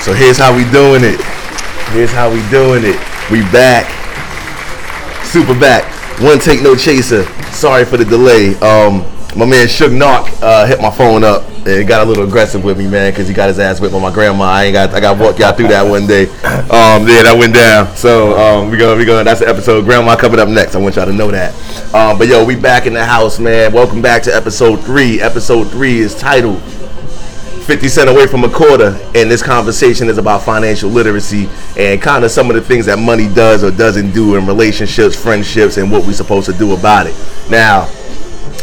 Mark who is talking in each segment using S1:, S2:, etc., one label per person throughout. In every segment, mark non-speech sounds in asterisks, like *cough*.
S1: So here's how we doing it. Here's how we doing it. We back. Super back. One take no chaser. Sorry for the delay. Um, my man Suge Knock uh, hit my phone up and got a little aggressive with me, man, because he got his ass whipped by my grandma. I ain't got. I got to walk y'all through that one day. Um, yeah, that went down. So um, we go. We go. That's the episode. Grandma coming up next. I want y'all to know that. Um, but yo, we back in the house, man. Welcome back to episode three. Episode three is titled 50 cent away from a quarter and this conversation is about financial literacy and kind of some of the things that money does or doesn't do in relationships friendships and what we're supposed to do about it now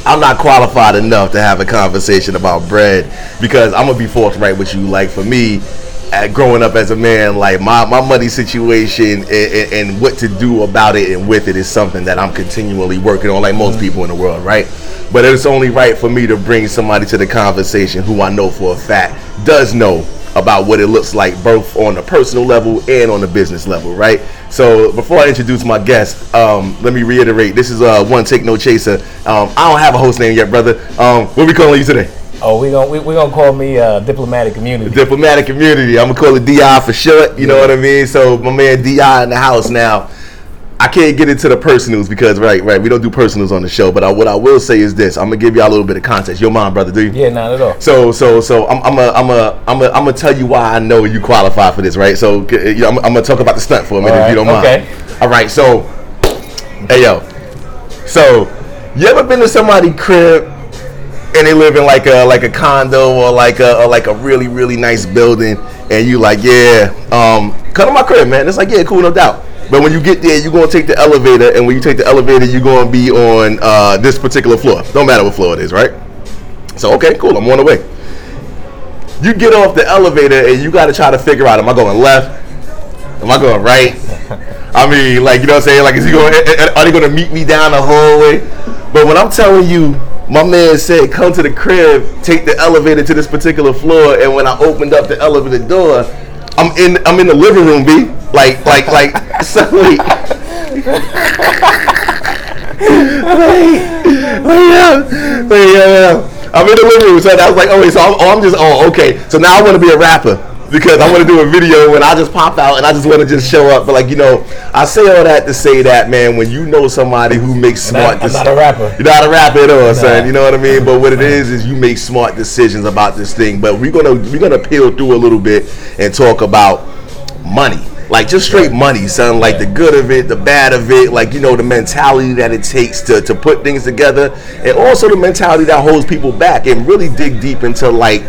S1: i'm not qualified enough to have a conversation about bread because i'm gonna be forthright with you like for me at growing up as a man like my, my money situation and, and, and what to do about it and with it is something that i'm continually working on like most people in the world right but it's only right for me to bring somebody to the conversation who I know for a fact does know about what it looks like, both on a personal level and on a business level, right? So before I introduce my guest, um, let me reiterate: this is uh, one take no chaser. Um, I don't have a host name yet, brother. Um, what we calling you today?
S2: Oh, we gonna we, we gonna call me uh, diplomatic immunity.
S1: Diplomatic community. I'm gonna call it DI for short. You know what I mean? So my man DI in the house now. I can't get into the personals because right, right, we don't do personals on the show. But I, what I will say is this: I'm gonna give y'all a little bit of context. Your mom, brother, do you?
S2: yeah, not at all.
S1: So so so I'm I'm a I'm a I'm a I'm gonna tell you why I know you qualify for this, right? So c- you know, I'm, I'm gonna talk about the stunt for a minute if you
S2: Alright,
S1: don't mind.
S2: okay.
S1: All right. So, hey yo. So, you ever been to somebody's crib and they live in like a like a condo or like a or like a really really nice building and you like yeah um come to my crib man it's like yeah cool no doubt but when you get there you're gonna take the elevator and when you take the elevator you're gonna be on uh, this particular floor don't matter what floor it is right so okay cool i'm on the way you get off the elevator and you got to try to figure out am i going left am i going right i mean like you know what i'm saying like is he going are they going to meet me down the hallway but when i'm telling you my man said come to the crib take the elevator to this particular floor and when i opened up the elevator door i'm in i'm in the living room b like like like *laughs* suddenly Like, yeah, like, yeah, yeah. I'm in the living room, so I was like, oh wait, so I'm, oh, I'm just, oh okay. So now I want to be a rapper because I want to do a video and I just pop out and I just want to just show up. But like you know, I say all that to say that man, when you know somebody who makes smart,
S2: I'm not
S1: *laughs*
S2: a rapper.
S1: You're not a rapper at all, son. You know what I mean? But what it is is you make smart decisions about this thing. But we're gonna we're gonna peel through a little bit and talk about money. Like just straight money, son. Like the good of it, the bad of it, like you know, the mentality that it takes to, to put things together and also the mentality that holds people back and really dig deep into like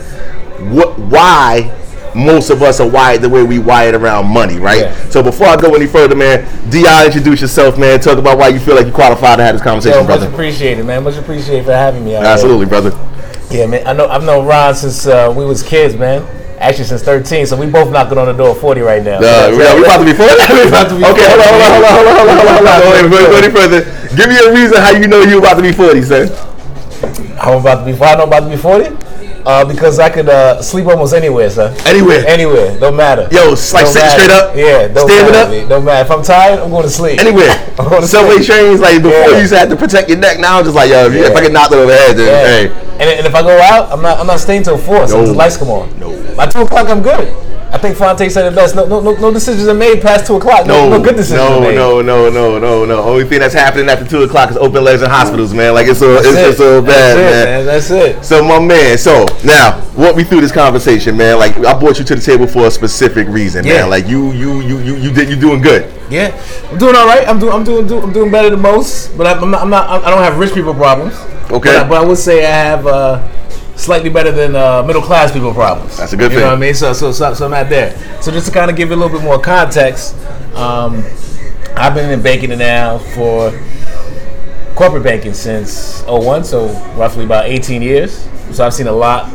S1: what why most of us are wired the way we wired around money, right?
S2: Yeah.
S1: So before I go any further, man, Di, introduce yourself, man. Talk about why you feel like you qualified to have this conversation,
S2: Yo, much
S1: brother.
S2: appreciated, man. Much appreciated for having me. Out here.
S1: Absolutely, brother.
S2: Yeah, man. I know I've known Ron since uh, we was kids, man. Actually, since 13. So we both knocking on the door of 40 right now.
S1: Uh, we, we about to be
S2: *laughs*
S1: further. we about to be okay, hold on, hold on, hold on, hold on, hold on, hold on. Wait, wait, wait, wait further. Give me a reason how you know you about to be forty, son.
S2: I'm about to be. Why I know I'm about to be 40? Uh, because I could uh, sleep almost anywhere, sir.
S1: Anywhere.
S2: Anywhere, don't matter.
S1: Yo, s- like
S2: Don't
S1: sitting
S2: matter.
S1: straight up?
S2: Yeah, don't
S1: Standing
S2: matter,
S1: up?
S2: B. Don't matter. If I'm tired, I'm going to sleep.
S1: Anywhere.
S2: *laughs* I'm gonna
S1: Subway
S2: say-
S1: trains, like before
S2: Yeah.
S1: you used to have to protect your neck. Now I'm just like, yo, if, you, if I
S2: Yeah.
S1: get knocked over the head, then
S2: Yeah.
S1: hey.
S2: And, and if I go out, I'm not I'm not staying till four. So
S1: No.
S2: the lights come on.
S1: No.
S2: By two o'clock, I'm good. I think Fonte said it best. No, no, no, no decisions are made past two o'clock. No, no, good decisions
S1: no,
S2: are made.
S1: no, no, no, no, no. Only thing that's happening after two o'clock is open legs in hospitals, man. Like it's so, it's,
S2: That's
S1: it's so
S2: it. That's
S1: bad,
S2: it, man. That's it.
S1: So my man, so now walk me through this conversation, man. Like I brought you to the table for a specific reason,
S2: Yeah.
S1: man. Like you, you, you, you, you did, you doing good.
S2: Yeah, I'm doing all right. I'm doing, I'm doing, do, I'm doing better than most. But I'm not, I'm not, I don't have rich people problems.
S1: Okay.
S2: But I, but I would say I have uh, slightly better than uh, middle class people problems.
S1: That's a good
S2: you
S1: thing.
S2: know what I mean? So, so, so, so I'm not there. So just to kind of give you a little bit more context, um, I've been in banking now for corporate banking since 01, so roughly about 18 years. So I've seen a lot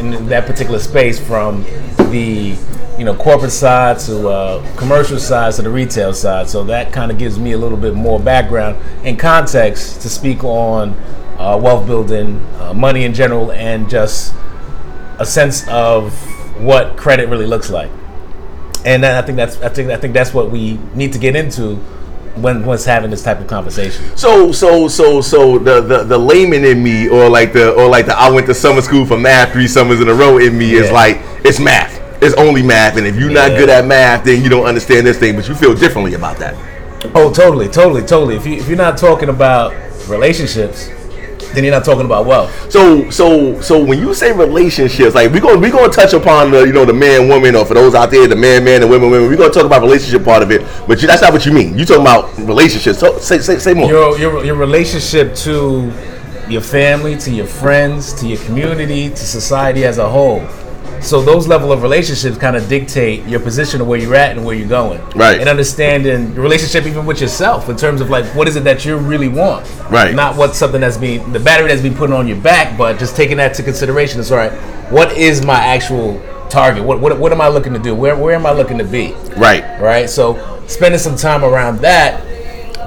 S2: in, in that particular space from the you know corporate side to uh, commercial side to the retail side. So that kind of gives me a little bit more background and context to speak on uh, wealth building, uh, money in general, and just a sense of what credit really looks like and then I think that's I think I think that's what we need to get into when once having this type of conversation.
S1: So, so, so, so the, the the layman in me, or like the, or like the, I went to summer school for math three summers in a row in me is
S2: Yeah.
S1: like it's math. it's only math, and if you're not
S2: Yeah.
S1: good at math, then you don't understand this thing. But you feel differently about that.
S2: Oh, totally, totally, totally. If you if you're not talking about relationships, then you're not talking about wealth.
S1: So so so when you say relationships, like we gonna we gonna touch upon the you know the man woman or for those out there the man man and women women we are gonna talk about relationship part of it, but you, that's not what you mean. You talking about relationships? So, say, say say more.
S2: Your your your relationship to your family, to your friends, to your community, to society as a whole. So those level of relationships kind of dictate your position of where you're at and where you're going.
S1: Right.
S2: And understanding your relationship even with yourself in terms of like what is it that you really want.
S1: Right.
S2: Not what's something that's being the battery that's being put on your back, but just taking that to consideration is all right. What is my actual target? What what, what am I looking to do? Where where am I looking to be?
S1: right.
S2: right? So spending some time around that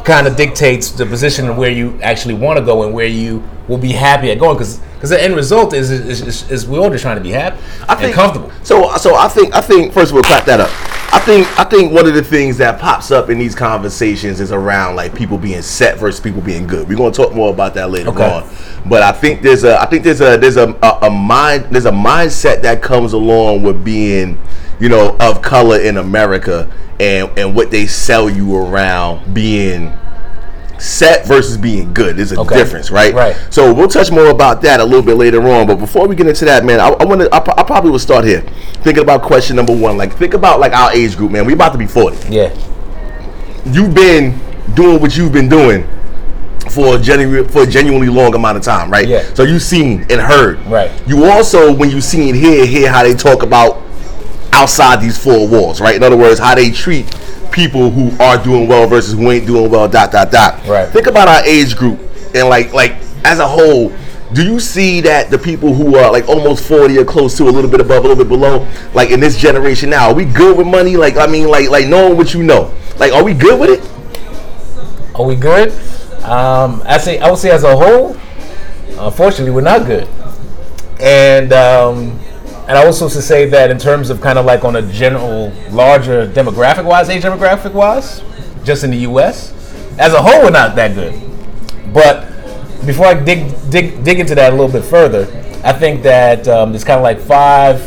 S2: kind of dictates the position of where you actually want to go and where you will be happy at going. Because the end result is is, is, is we're all just trying to be happy and comfortable.
S1: So so I think I think first of all clap that up. I think I think one of the things that pops up in these conversations is around like people being set versus people being good. We're gonna talk more about that later
S2: Okay.
S1: on. But I think there's a I think there's a there's a, a, a mind there's a mindset that comes along with being you know of color in America and and what they sell you around being set versus being good. There's a
S2: Okay.
S1: difference, right?
S2: Right.
S1: So we'll touch more about that a little bit later on. But before we get into that, man, I, I want to. I, pro- I probably will start here. Thinking about question number one. Like, think about like our age group, man. We about to be forty.
S2: Yeah.
S1: You've been doing what you've been doing for a genu- for a genuinely long amount of time, right?
S2: Yeah.
S1: So you've seen and heard.
S2: Right.
S1: You also, when you see and hear, hear how they talk about outside these four walls, right? In other words, how they treat people who are doing well versus who ain't doing well. Dot dot dot.
S2: Right.
S1: Think about our age group and like like as a whole. Do you see that the people who are like almost forty or close to a little bit above, a little bit below, like in this generation now, are we good with money? Like I mean, like like knowing what you know, like are we good with it?
S2: Are we good? Um, I say I would say as a whole, unfortunately, we're not good. And um, and I also to say that in terms of kind of like on a general larger demographic wise, age demographic wise, just in the U.S. as a whole, we're not that good. But before I dig dig dig into that a little bit further, I think that um, there's kind of like five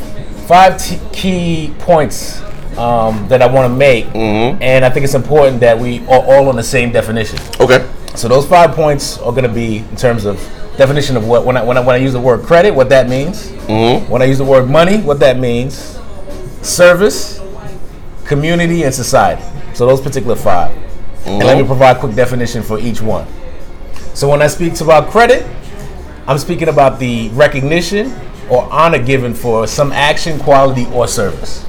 S2: five t- key points um, that I want to make, and I think it's important that we are all on the same definition.
S1: Okay.
S2: So those five points are going to be in terms of definition of what when I when I, when I use the word credit, what that means. Mm-hmm. When I use the word money, what that means. Service, community, and society. So those particular 5 And let me provide a quick definition for each one. So when I speak about credit, I'm speaking about the recognition or honor given for some action, quality, or service.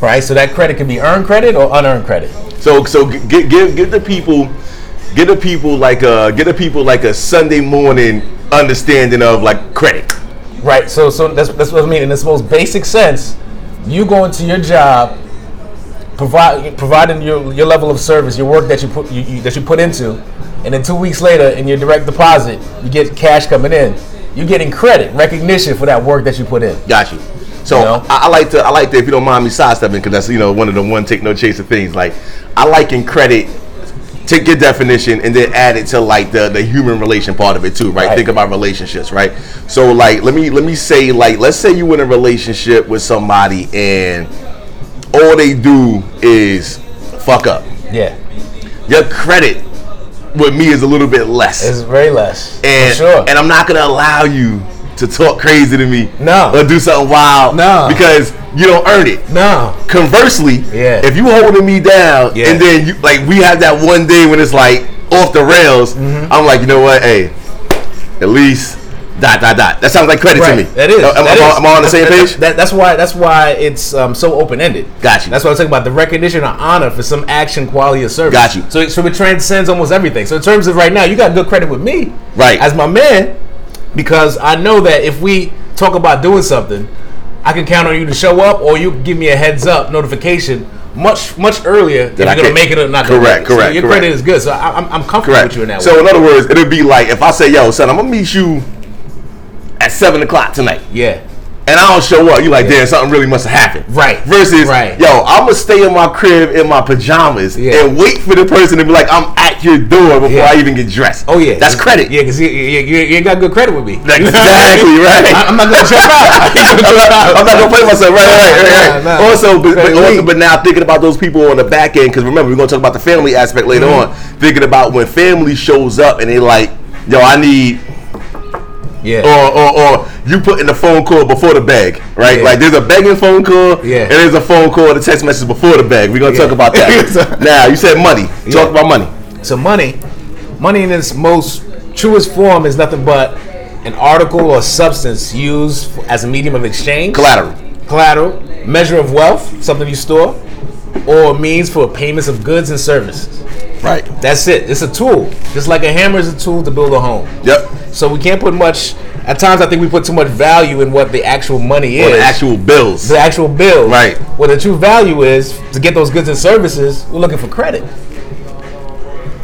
S2: Right? So that credit can be earned credit or unearned credit.
S1: So so g- g- give give the people give the people like a give the people like a Sunday morning understanding of like credit.
S2: Right. So, so that's, that's what I mean. In its most basic sense, you going to your job, provide providing your, your level of service, your work that you put you, you, that you put into, and then two weeks later, in your direct deposit, you get cash coming in. You're getting credit, recognition for that work that you put in.
S1: Got you. So
S2: You know?
S1: I, I like to I like to if you don't mind me sidestepping because that's you know one of the one take no chaser things. Like I like in credit. Take your definition and then add it to like the, the human relation part of it too, right?
S2: Right.
S1: Think about relationships, right? So like let me let me say like let's say you in a relationship with somebody and all they do is fuck up.
S2: Yeah,
S1: Your credit with me is a little bit less
S2: it's very less.
S1: and
S2: for sure.
S1: and I'm not gonna allow you to talk crazy to me,
S2: No.
S1: or do something wild,
S2: No.
S1: because you don't earn it.
S2: no.
S1: Conversely,
S2: Yeah.
S1: if you holding me down,
S2: Yeah.
S1: and then you like we have that one day when it's like off the rails,
S2: Mm-hmm.
S1: I'm like, you know what, hey, at least dot dot dot. That sounds like credit
S2: Right.
S1: to me.
S2: That is.
S1: Am, am
S2: that
S1: I-
S2: is.
S1: am I on the
S2: *laughs*
S1: same
S2: That- that-
S1: page?
S2: That, that's why. That's why it's um, so open ended.
S1: Got you.
S2: That's what I'm talking about. The recognition or honor for some action, quality, or service.
S1: Got you.
S2: So, it- so it transcends almost everything. So in terms of right now, you got good credit with me,
S1: Right.
S2: As my man, because I know that if we talk about doing something, I can count on you to show up, or you give me a heads up notification much much earlier
S1: That
S2: than
S1: I
S2: you're gonna
S1: can-
S2: make it or not. gonna
S1: Correct,
S2: make it. So
S1: correct,
S2: your
S1: correct.
S2: credit is good, so I, I'm, I'm comfortable
S1: Correct.
S2: with you in that
S1: so
S2: way.
S1: in other words, it'd be like if I say, yo, son, I'm gonna meet you at seven o'clock tonight.
S2: yeah.
S1: and I don't show up. You like, damn, something really must have happened.
S2: Right.
S1: Versus,
S2: Right.
S1: yo, I'm gonna stay in my crib in my pajamas
S2: Yeah.
S1: and wait for the person to be like, I'm at your door before
S2: Yeah.
S1: I even get dressed.
S2: Oh yeah,
S1: that's credit.
S2: Yeah, because you, you, you, you ain't got good credit with
S1: *laughs*
S2: me.
S1: Exactly right.
S2: *laughs* I, am not gonna trip out. I ain't
S1: *laughs*
S2: gonna
S1: I'm
S2: trip
S1: not,
S2: out.
S1: I'm not gonna play myself. Right, right, right. right.
S2: Nah, nah.
S1: Also, but, but
S2: Credit
S1: also,
S2: league.
S1: but now thinking about those people on the back end, because remember we're gonna talk about the family aspect later
S2: Mm-hmm.
S1: on. Thinking about when family shows up and they like, yo, I need
S2: Yeah.
S1: or, or, or you put in the phone call before the bag, right?
S2: Yeah.
S1: Like there's a begging phone call,
S2: Yeah.
S1: and there's a phone call, the text message before the bag. We're gonna
S2: Yeah.
S1: talk about
S2: *laughs*
S1: that. now you said money.
S2: Yeah.
S1: Talk about money.
S2: So money, money in its most truest form is nothing but an article or substance used f- as a medium of exchange,
S1: Collateral.
S2: collateral, measure of wealth, something you store, or means for payments of goods and services.
S1: Right.
S2: That's it. It's a tool, just like a hammer is a tool to build a home.
S1: Yep.
S2: So we can't put much. At times, I think we put too much value in what the actual money
S1: Or
S2: is,
S1: the actual bills.
S2: the actual bill.
S1: Right.
S2: What the true value is to get those goods and services, we're looking for credit.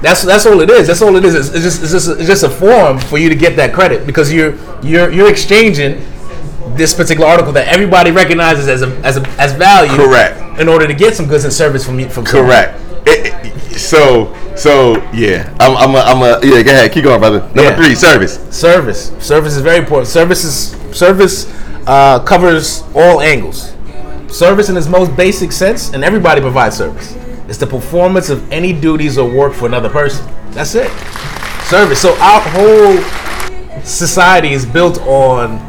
S2: That's that's all it is. That's all it is. It's, it's just it's just, it's just a form for you to get that credit because you're you're you're exchanging this particular article that everybody recognizes as a, as a, as value.
S1: Correct.
S2: In order to get some goods and service from you from someone.
S1: Correct. It- it- so so yeah, I'm I'm a, I'm a yeah. Go ahead, keep going, brother. Number
S2: Yeah.
S1: three, service.
S2: Service. Service is very important. Service is service uh, covers all angles. Service in its most basic sense, and everybody provides service. It's the performance of any duties or work for another person. That's it. Service. So our whole society is built on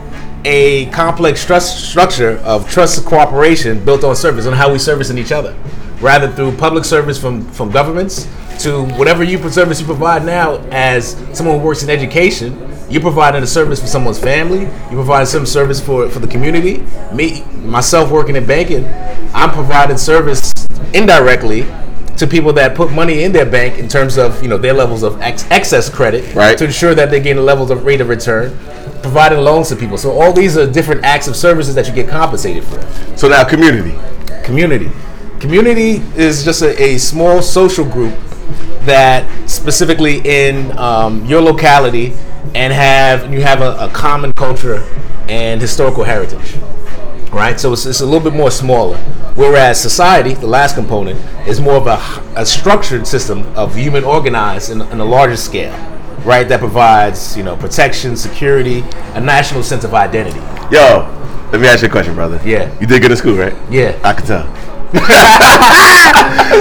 S2: a complex trust structure of trust and cooperation built on service and how we servicing each other, rather through public service from from governments to whatever you service you provide now as someone who works in education. You're providing a service for someone's family. You provide some service for for the community. Me, myself, working in banking, I'm providing service indirectly to people that put money in their bank in terms of you know their levels of ex- excess credit
S1: Right.
S2: to ensure that they're getting the levels of rate of return, providing loans to people. So all these are different acts of services that you get compensated for.
S1: So now community.
S2: Community. Community is just a, a small social group that specifically in um, your locality and have you have a, a common culture and historical heritage. Right, so it's, it's a little bit more smaller. Whereas society, the last component, is more of a, a structured system of human organized in, in a larger scale, right? That provides you know protection, security, a national sense of identity.
S1: Yo, let me ask you a question, brother.
S2: Yeah.
S1: You did good in school, right?
S2: Yeah,
S1: I could tell. *laughs*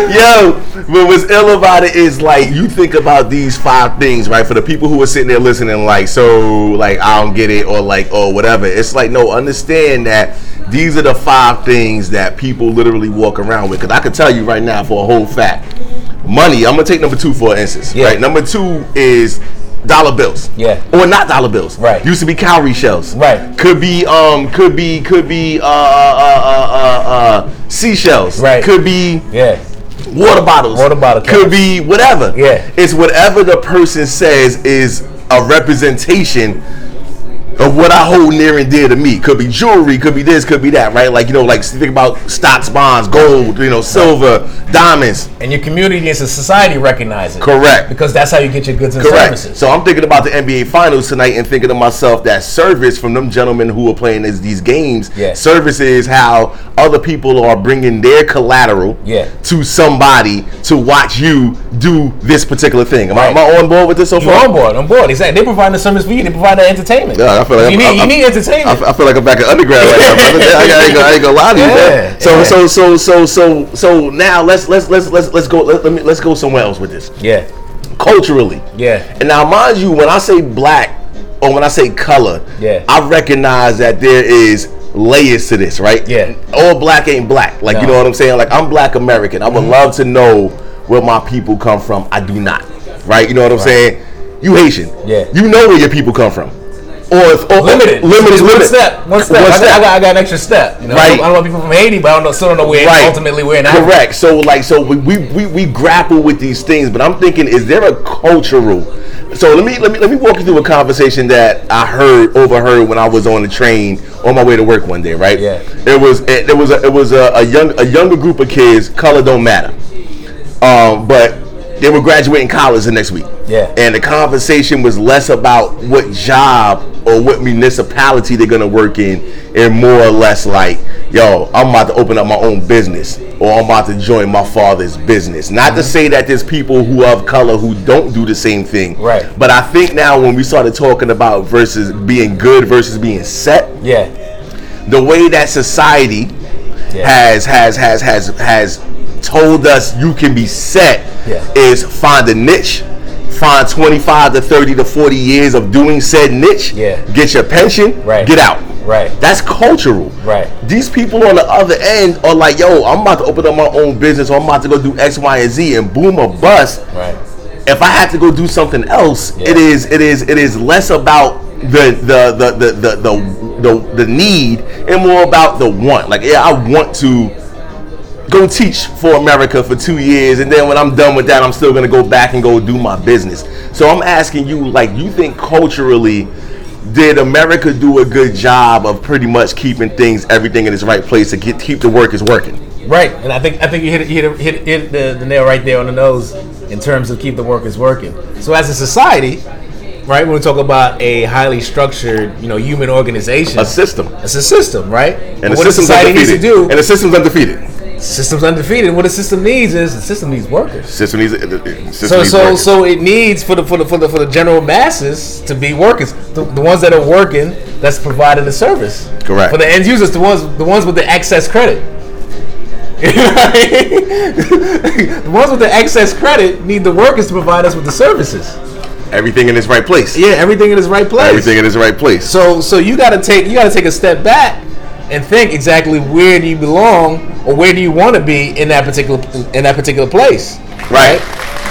S1: Yo, but what's ill about it is like you think about these five things, right? For the people who are sitting there listening, like, so, like, I don't get it, or like, or whatever. It's like, no, understand that these are the five things that people literally walk around with. Because I could tell you right now for a whole fact, money. I'm gonna take number two for instance,
S2: Yeah.
S1: right? Number two is dollar bills,
S2: Yeah.
S1: or not dollar bills,
S2: Right.
S1: Used to be cowrie shells,
S2: Right.
S1: could be um could be could be uh uh uh uh, uh seashells
S2: Right.
S1: could be
S2: yeah,
S1: water bottles
S2: Water bottle
S1: could
S2: caps.
S1: be whatever
S2: Yeah.
S1: it's whatever the person says is a representation of what I hold near and dear to me could be jewelry, could be this, could be that, right? Like you know, like think about stocks, bonds, gold, you know, silver, diamonds.
S2: and your community and society recognize it.
S1: Correct.
S2: because that's how you get your goods and
S1: Correct.
S2: services.
S1: So I'm thinking about the NBA Finals tonight and thinking to myself that service from them gentlemen who are playing these, these games,
S2: Yeah.
S1: service is how other people are bringing their collateral
S2: Yeah.
S1: to somebody to watch you do this particular thing. Am, I, am
S2: Right.
S1: I on board with this so
S2: You're
S1: far?
S2: on board, on board. Exactly. They provide the service for you. They provide the entertainment.
S1: Yeah, I feel like I'm-
S2: you need,
S1: I'm-
S2: you
S1: I'm-
S2: need
S1: I,
S2: entertainment.
S1: f- I feel like I'm back in undergrad right now. brother. I, ain't gonna, I ain't gonna lie to you, man.
S2: Yeah,
S1: So
S2: yeah.
S1: so so so so so now let's let's let's let's let's go let, let me let's go somewhere else with this
S2: yeah,
S1: culturally.
S2: yeah,
S1: And now, mind you, when I say black or when I say color,
S2: Yeah.
S1: I recognize that there is layers to this, right?
S2: Yeah.
S1: All black ain't black. Like you
S2: No.
S1: know what I'm saying? Like I'm black American. I would
S2: Mm-hmm.
S1: love to know where my people come from. I do not. Right? You know what I'm saying? You Haitian.
S2: Yeah.
S1: You know where your people come from. Or if or,
S2: limited,
S1: limited,
S2: Just One
S1: limited.
S2: step, one step.
S1: One
S2: I, got, I,
S1: step.
S2: got, I got an extra step. You know?
S1: Right.
S2: I don't know people from Haiti, but I don't know, still don't know where ultimately we're in. Africa.
S1: Correct. So like so we, we we we grapple with these things, but I'm thinking, is there a cultural? So let me let me let me walk you through a conversation that I heard overheard when I was on the train on my way to work one day. Right.
S2: Yeah.
S1: It was it, it was a, it was a, a young a younger group of kids. Color don't matter. Um, but they were graduating college the next week.
S2: Yeah.
S1: And the conversation was less about what job or what municipality they're gonna work in, and more or less like, yo, I'm about to open up my own business, or I'm about to join my father's business. Not
S2: Mm-hmm.
S1: to say that there's people who of color who don't do the same thing.
S2: Right.
S1: But I think now when we started talking about versus being good versus being set,
S2: Yeah.
S1: the way that society
S2: Yeah.
S1: has has has has has told us you can be set
S2: Yeah.
S1: is find a niche find 25 to 30 to 40 years of doing said niche
S2: Yeah.
S1: get your pension
S2: Right.
S1: get out
S2: Right.
S1: that's cultural
S2: Right.
S1: these people on the other end are like yo i'm about to open up my own business or i'm about to go do x y and z and boom or bust
S2: Right.
S1: if I had to go do something else,
S2: Yeah.
S1: it is it is it is less about the the the the the the, the, the need and more about the want. Like, yeah, I want to go teach for America for two years, and then when I'm done with that, I'm still gonna go back and go do my business. So I'm asking you, like, you think culturally, did America do a good job of pretty much keeping things everything in its right place to get, keep the workers working?
S2: Right, and I think I think you hit it- you hit it- hit, it- hit the, the nail right there on the nose in terms of keep the workers working. So as a society, right, when we talk about a highly structured, you know, human organization,
S1: A system,
S2: it's a system, right?
S1: and
S2: But
S1: the
S2: what a
S1: system's
S2: society needs
S1: undefeated.
S2: to do,
S1: and the system's undefeated.
S2: system's undefeated. What a system needs is the system needs workers.
S1: System needs. uh, uh, System
S2: So
S1: needs
S2: so
S1: work.
S2: so it needs for the for the for the, for the general masses to be workers, the, the ones that are working that's providing the service.
S1: Correct.
S2: For the end users, the ones the ones with the excess credit. *laughs* the ones with the excess credit need the workers to provide us with the services.
S1: everything in its right place.
S2: Yeah, everything in its right place.
S1: Everything in its right place.
S2: So so you gotta take you gotta take a step back and think exactly where do you belong or where do you want to be in that particular in that particular place.
S1: right.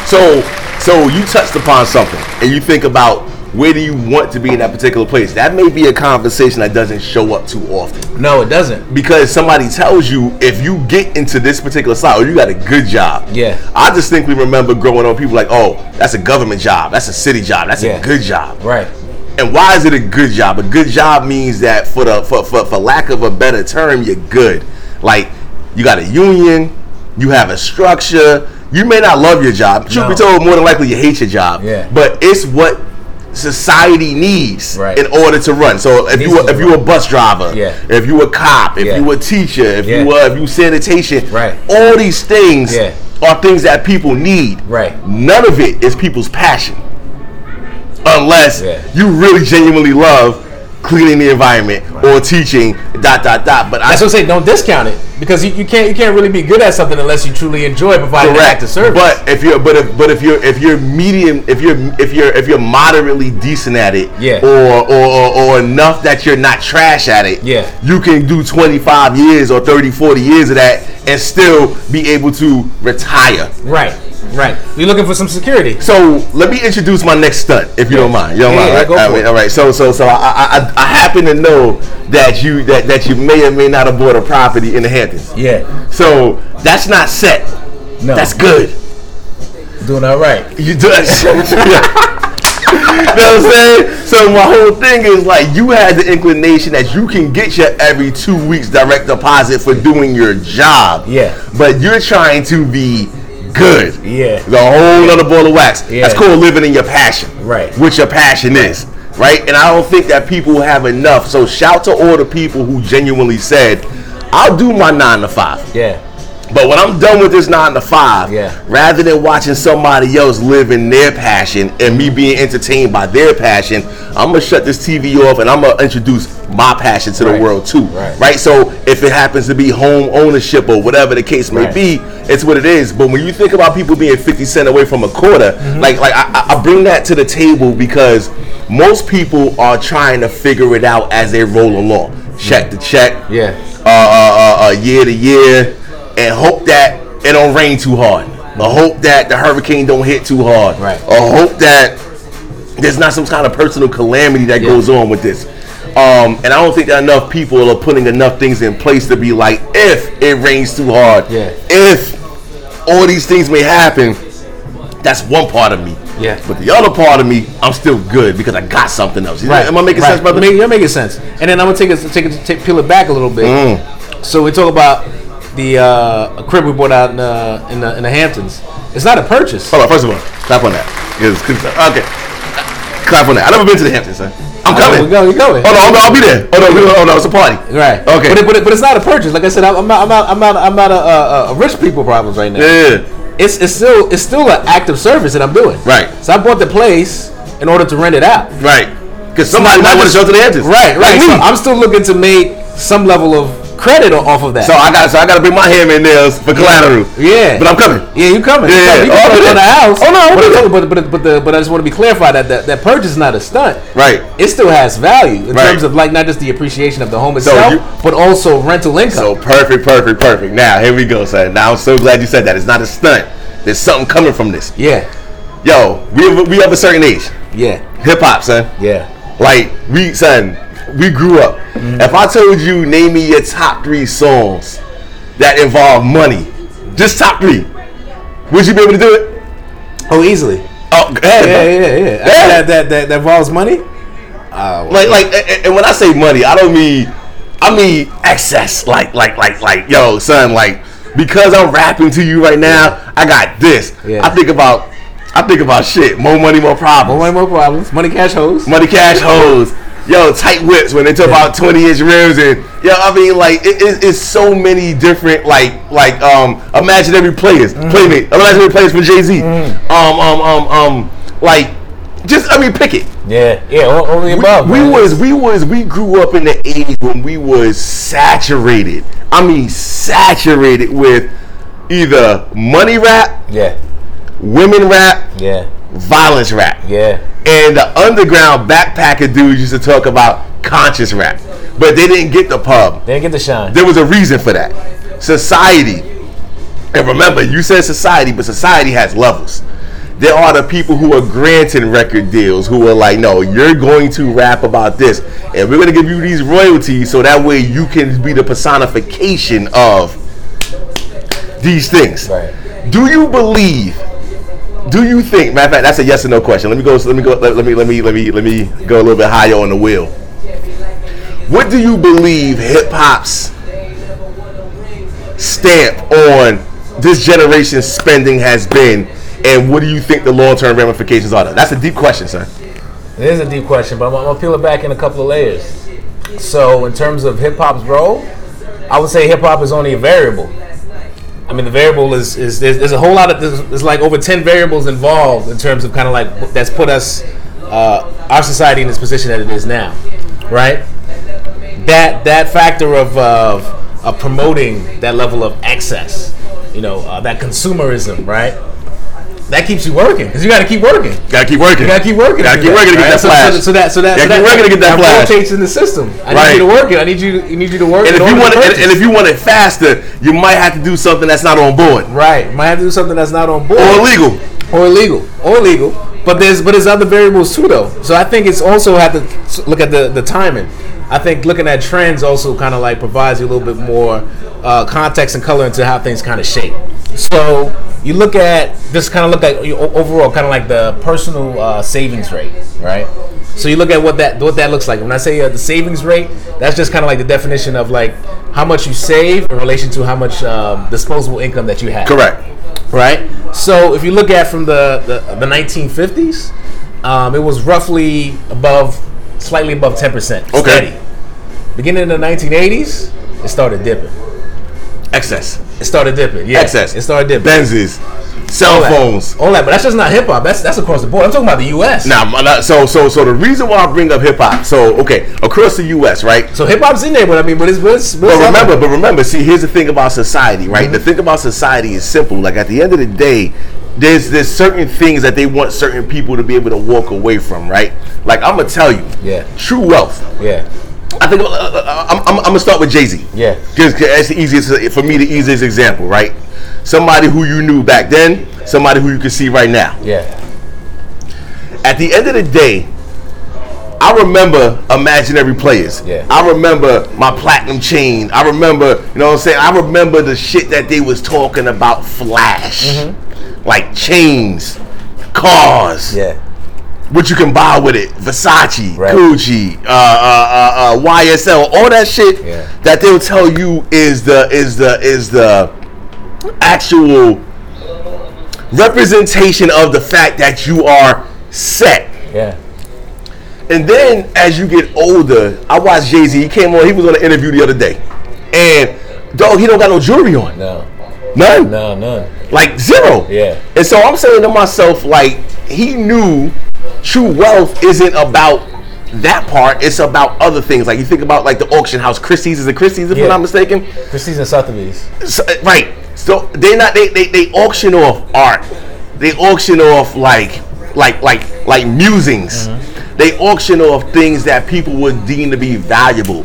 S1: So so you touched upon something, and you think about where do you want to be in that particular place. That may be a conversation that doesn't show up too often
S2: No, it doesn't.
S1: because somebody tells you if you get into this particular slot, or you got a good job.
S2: Yeah.
S1: I distinctly remember growing up, people like, oh, that's a government job, that's a city job, that's
S2: Yeah.
S1: a good job.
S2: Right.
S1: And why is it a good job? A good job means that for the for, for, for lack of a better term, you're good. Like you got a union, you have a structure. You may not love your job. Truth be
S2: No.
S1: told, more than likely you hate your job.
S2: Yeah.
S1: But it's what society needs
S2: Right.
S1: in order to run. So if
S2: Needs
S1: you were,
S2: to
S1: if you were a bus driver,
S2: Yeah.
S1: if you were a cop, if
S2: Yeah.
S1: you were a teacher, if
S2: Yeah.
S1: you were if you sanitation,
S2: Right.
S1: all these things
S2: Yeah.
S1: are things that people need.
S2: Right.
S1: None of it is people's passion unless
S2: Yeah.
S1: you really genuinely love cleaning the environment or teaching dot dot dot. But I
S2: That's what I'm saying. Don't discount it because you, you can't you can't really be good at something unless you truly enjoy providing the act
S1: correct.
S2: of service.
S1: But if you're but if but if you're if you're medium if you're if you're if you're moderately decent at it
S2: Yeah.
S1: or, or or or enough that you're not trash at it,
S2: Yeah.
S1: you can do 25 years or 30, 40 years of that and still be able to retire.
S2: right, right. You're looking for some security.
S1: So let me introduce my next stunt, if you don't mind. You don't
S2: Yeah,
S1: mind,
S2: yeah,
S1: right?
S2: go
S1: All
S2: for
S1: right,
S2: it.
S1: all right. So, so, so I, I, I- I happen to know that you that, that you may or may not have bought a property in the Hamptons.
S2: Yeah,
S1: So that's not set.
S2: No.
S1: That's good.
S2: doing all right.
S1: You do that shit. *laughs* You know what I'm saying? So my whole thing is like you had the inclination that you can get your every two weeks direct deposit for doing your job.
S2: Yeah.
S1: But you're trying to be good.
S2: Yeah.
S1: The whole other ball of wax.
S2: Yeah.
S1: That's called living in your passion.
S2: Right.
S1: What your passion is. Right? And I don't think that people have enough. So shout to all the people who genuinely said, I'll do my nine to five.
S2: Yeah,
S1: But when I'm done with this nine to five,
S2: Yeah.
S1: rather than watching somebody else live in their passion and me being entertained by their passion, I'm gonna shut this TV off and I'm gonna introduce my passion to the
S2: Right.
S1: world too.
S2: Right.
S1: So if it happens to be home ownership or whatever the case may
S2: Right.
S1: be, it's what it is. But when you think about people being 50 cent away from a quarter,
S2: Mm-hmm.
S1: like like I, I- I bring that to the table because most people are trying to figure it out as they roll along. Check to check
S2: yeah,
S1: uh, uh, uh, uh, year to year and hope that it don't rain too hard. Or hope that the hurricane don't hit too hard.
S2: Right.
S1: Or hope that there's not some kind of personal calamity that
S2: Yeah.
S1: goes on with this. Um, and I don't think that enough people are putting enough things in place to be like, if it rains too hard,
S2: Yeah.
S1: if all these things may happen, that's one part of me.
S2: Yeah.
S1: But the other part of me, I'm still good because I got something else. You know,
S2: right.
S1: Am I making
S2: right.
S1: sense, brother?
S2: Make- You're making sense. And then I'm gonna take us take, it- take peel it back a little bit.
S1: Mm.
S2: So we talk about the uh, a crib we bought out in, uh, in the in the Hamptons. It's not a purchase.
S1: Hold on, first of all, clap on that. Yes, good stuff. Okay. Clap on that. I never been to the Hamptons, son. I'm coming.
S2: We're going. We're going.
S1: Hold on, hold on, I'll be there. Hold on, we- hold on, it's a party.
S2: Right.
S1: Okay.
S2: But, it, but, it, but it's not a purchase. Like I said, I'm I'm out. I'm out. I'm out. I'm out of uh, uh, rich people problems right now.
S1: yeah.
S2: It's it's still it's still an act of service that I'm doing.
S1: Right.
S2: So I bought the place in order to rent it out.
S1: Right. Because somebody might want to show to the Hamptons.
S2: Right.
S1: Like
S2: Right.
S1: me.
S2: So I'm still looking to make some level of credit o- off of that.
S1: So I got so I got to bring my ham and nails for collateral.
S2: Yeah.
S1: But I'm coming.
S2: Yeah, you coming?
S1: Yeah, yeah.
S2: you coming. You can
S1: Oh,
S2: put it
S1: yeah.
S2: on the house.
S1: Oh, no, I'll
S2: but,
S1: do
S2: it's
S1: that.
S2: only- but but but the, but I just want to be clarified that that, that purchase is not a stunt.
S1: Right.
S2: It still has value in
S1: Right.
S2: terms of like not just the appreciation of the home itself,
S1: you-
S2: but also rental
S1: So
S2: income.
S1: perfect, perfect, perfect. Now here we go, son. Now I'm so glad you said that. It's not a stunt. There's something coming from this.
S2: yeah,
S1: Yo, we of- we of a certain age.
S2: yeah,
S1: Hip hop, son.
S2: yeah.
S1: Like we, son, we grew up. If I told you, name me your top three songs that involve money, just top three, would you be able to do it?
S2: Oh, easily.
S1: Oh, go ahead,
S2: Yeah,
S1: bro.
S2: yeah, yeah. yeah. That, that that that involves money.
S1: Like, like, a- a- and when I say money, I don't mean, I mean excess. Like, like, like, like, yo, son, like, because I'm rapping to you right now, I got this.
S2: Yeah.
S1: I think about, I think about shit. More money, more problems.
S2: More money, more problems. Money, cash, hoes.
S1: Money cash hoes. Yo, tight whips when they talk about 20 inch rims and yo, I mean like it, it- it's so many different like like um imaginary players, playmate, imaginary players for Jay Z. Um um um um like just I mean pick it.
S2: Yeah, yeah. All, all the
S1: We,
S2: above.
S1: we
S2: man.
S1: was we was we grew up in the 80s when we was saturated. I mean saturated with either money rap,
S2: Yeah,
S1: women rap,
S2: yeah,
S1: violence rap.
S2: yeah.
S1: And the underground backpacker dudes used to talk about conscious rap, but they didn't get the pub.
S2: They didn't get the shine.
S1: There was a reason for that. Society, and remember, you said society, but society has levels. There are the people who are granting record deals who are like, no, you're going to rap about this, and we're going to give you these royalties so that way you can be the personification of these things.
S2: Right.
S1: Do you believe? Do you think? Matter of fact, that's a yes or no question. Let me go. Let me go. Let, let me. Let me. Let me. Let me go a little bit higher on the wheel. What do you believe hip hop's stamp on this generation's spending has been, and what do you think the long term ramifications are? That's a deep question, son.
S2: It is a deep question, but I'm, I'm gonna peel it back in a couple of layers. So, in terms of hip hop's role, I would say hip hop is only a variable. I mean, the variable is is there's, there's a whole lot of there's, there's like over ten variables involved in terms of kind of like that's put us uh, our society in this position that it is now, right? That that factor of of, of promoting that level of excess, you know, uh, that consumerism, right? That keeps you working because you got to keep working.
S1: Gotta keep working.
S2: You gotta keep working.
S1: Gotta
S2: do
S1: keep working to get
S2: right?
S1: that
S2: so,
S1: flash.
S2: So, so that, so that,
S1: Yeah,
S2: so
S1: keep
S2: that,
S1: working to get that flash.
S2: rotates in the system. I
S1: Right.
S2: need you to work it. I need you. You need you to work.
S1: and
S2: in
S1: if you
S2: order
S1: want,
S2: to
S1: it, and,
S2: purchase.
S1: and if you want it faster, you might have to do something that's not on board
S2: right, might have to do something that's not on board
S1: or illegal.
S2: or illegal or illegal but there's but there's other variables too though so i think it's also have to look at the the timing i think looking at trends also kind of like provides you a little bit more uh, context and color into how things kind of shape so you look at this kind of look at your o- overall kind of like the personal uh, savings rate right so you look at what that what that looks like when i say uh, the savings rate that's just kind of like the definition of like how much you save in relation to how much um, disposable income that you have
S1: Correct.
S2: right? So if you look at from the the, the 1950s, um, it was roughly above, slightly above 10 percent.
S1: Okay.
S2: Beginning of the 1980s, it started dipping.
S1: Excess.
S2: It started dipping. Yeah.
S1: Excess.
S2: It started dipping.
S1: Benzes, cell
S2: All that.
S1: phones.
S2: All that, but that's just not hip hop. That's that's across the board. I'm talking about the U.S.
S1: Now, my- now, so so so the reason why I bring up hip hop. So okay, across the U.S., right?
S2: So hip hop's in there, but I mean, but it's but, it's,
S1: But remember, but remember, see, here's the thing about society, right?
S2: Mm-hmm.
S1: The thing about society is simple. Like at the end of the day, there's there's certain things that they want certain people to be able to walk away from, right? Like I'm gonna tell you,
S2: Yeah.
S1: true wealth.
S2: yeah,
S1: I think uh, uh, I'm, I'm, I'm gonna start with Jay Z.
S2: Yeah.
S1: just 'cause that's the easiest for me. The easiest example, right? Somebody who you knew back then, somebody who you can see right now.
S2: yeah,
S1: At the end of the day, I remember imaginary players.
S2: Yeah.
S1: I remember my platinum chain. I remember, you know what I'm saying? I remember the shit that they was talking about flash. Like chains, cars,
S2: Mm-hmm. yeah.
S1: what you can buy with it, Versace,
S2: Right.
S1: Gucci, uh, uh, uh, uh, YSL, all that shit
S2: Yeah.
S1: that they'll tell you is the is the is the actual representation of the fact that you are set.
S2: Yeah.
S1: And then as you get older, I watched Jay Z. He came on. He was on an interview the other day, and dog, he don't got no jewelry on.
S2: No.
S1: None.
S2: No. None.
S1: Like zero.
S2: Yeah.
S1: And so I'm saying to myself, like he knew true wealth isn't about that part. It's about other things. Like you think about like the auction house, Christie's is it Christie's if
S2: Yeah.
S1: I'm not mistaken.
S2: Christie's and Sotheby's.
S1: So, uh, right. So they not they, they they auction off art. They auction off like like like like musings.
S2: Mm-hmm.
S1: They auction off things that people would deem to be valuable.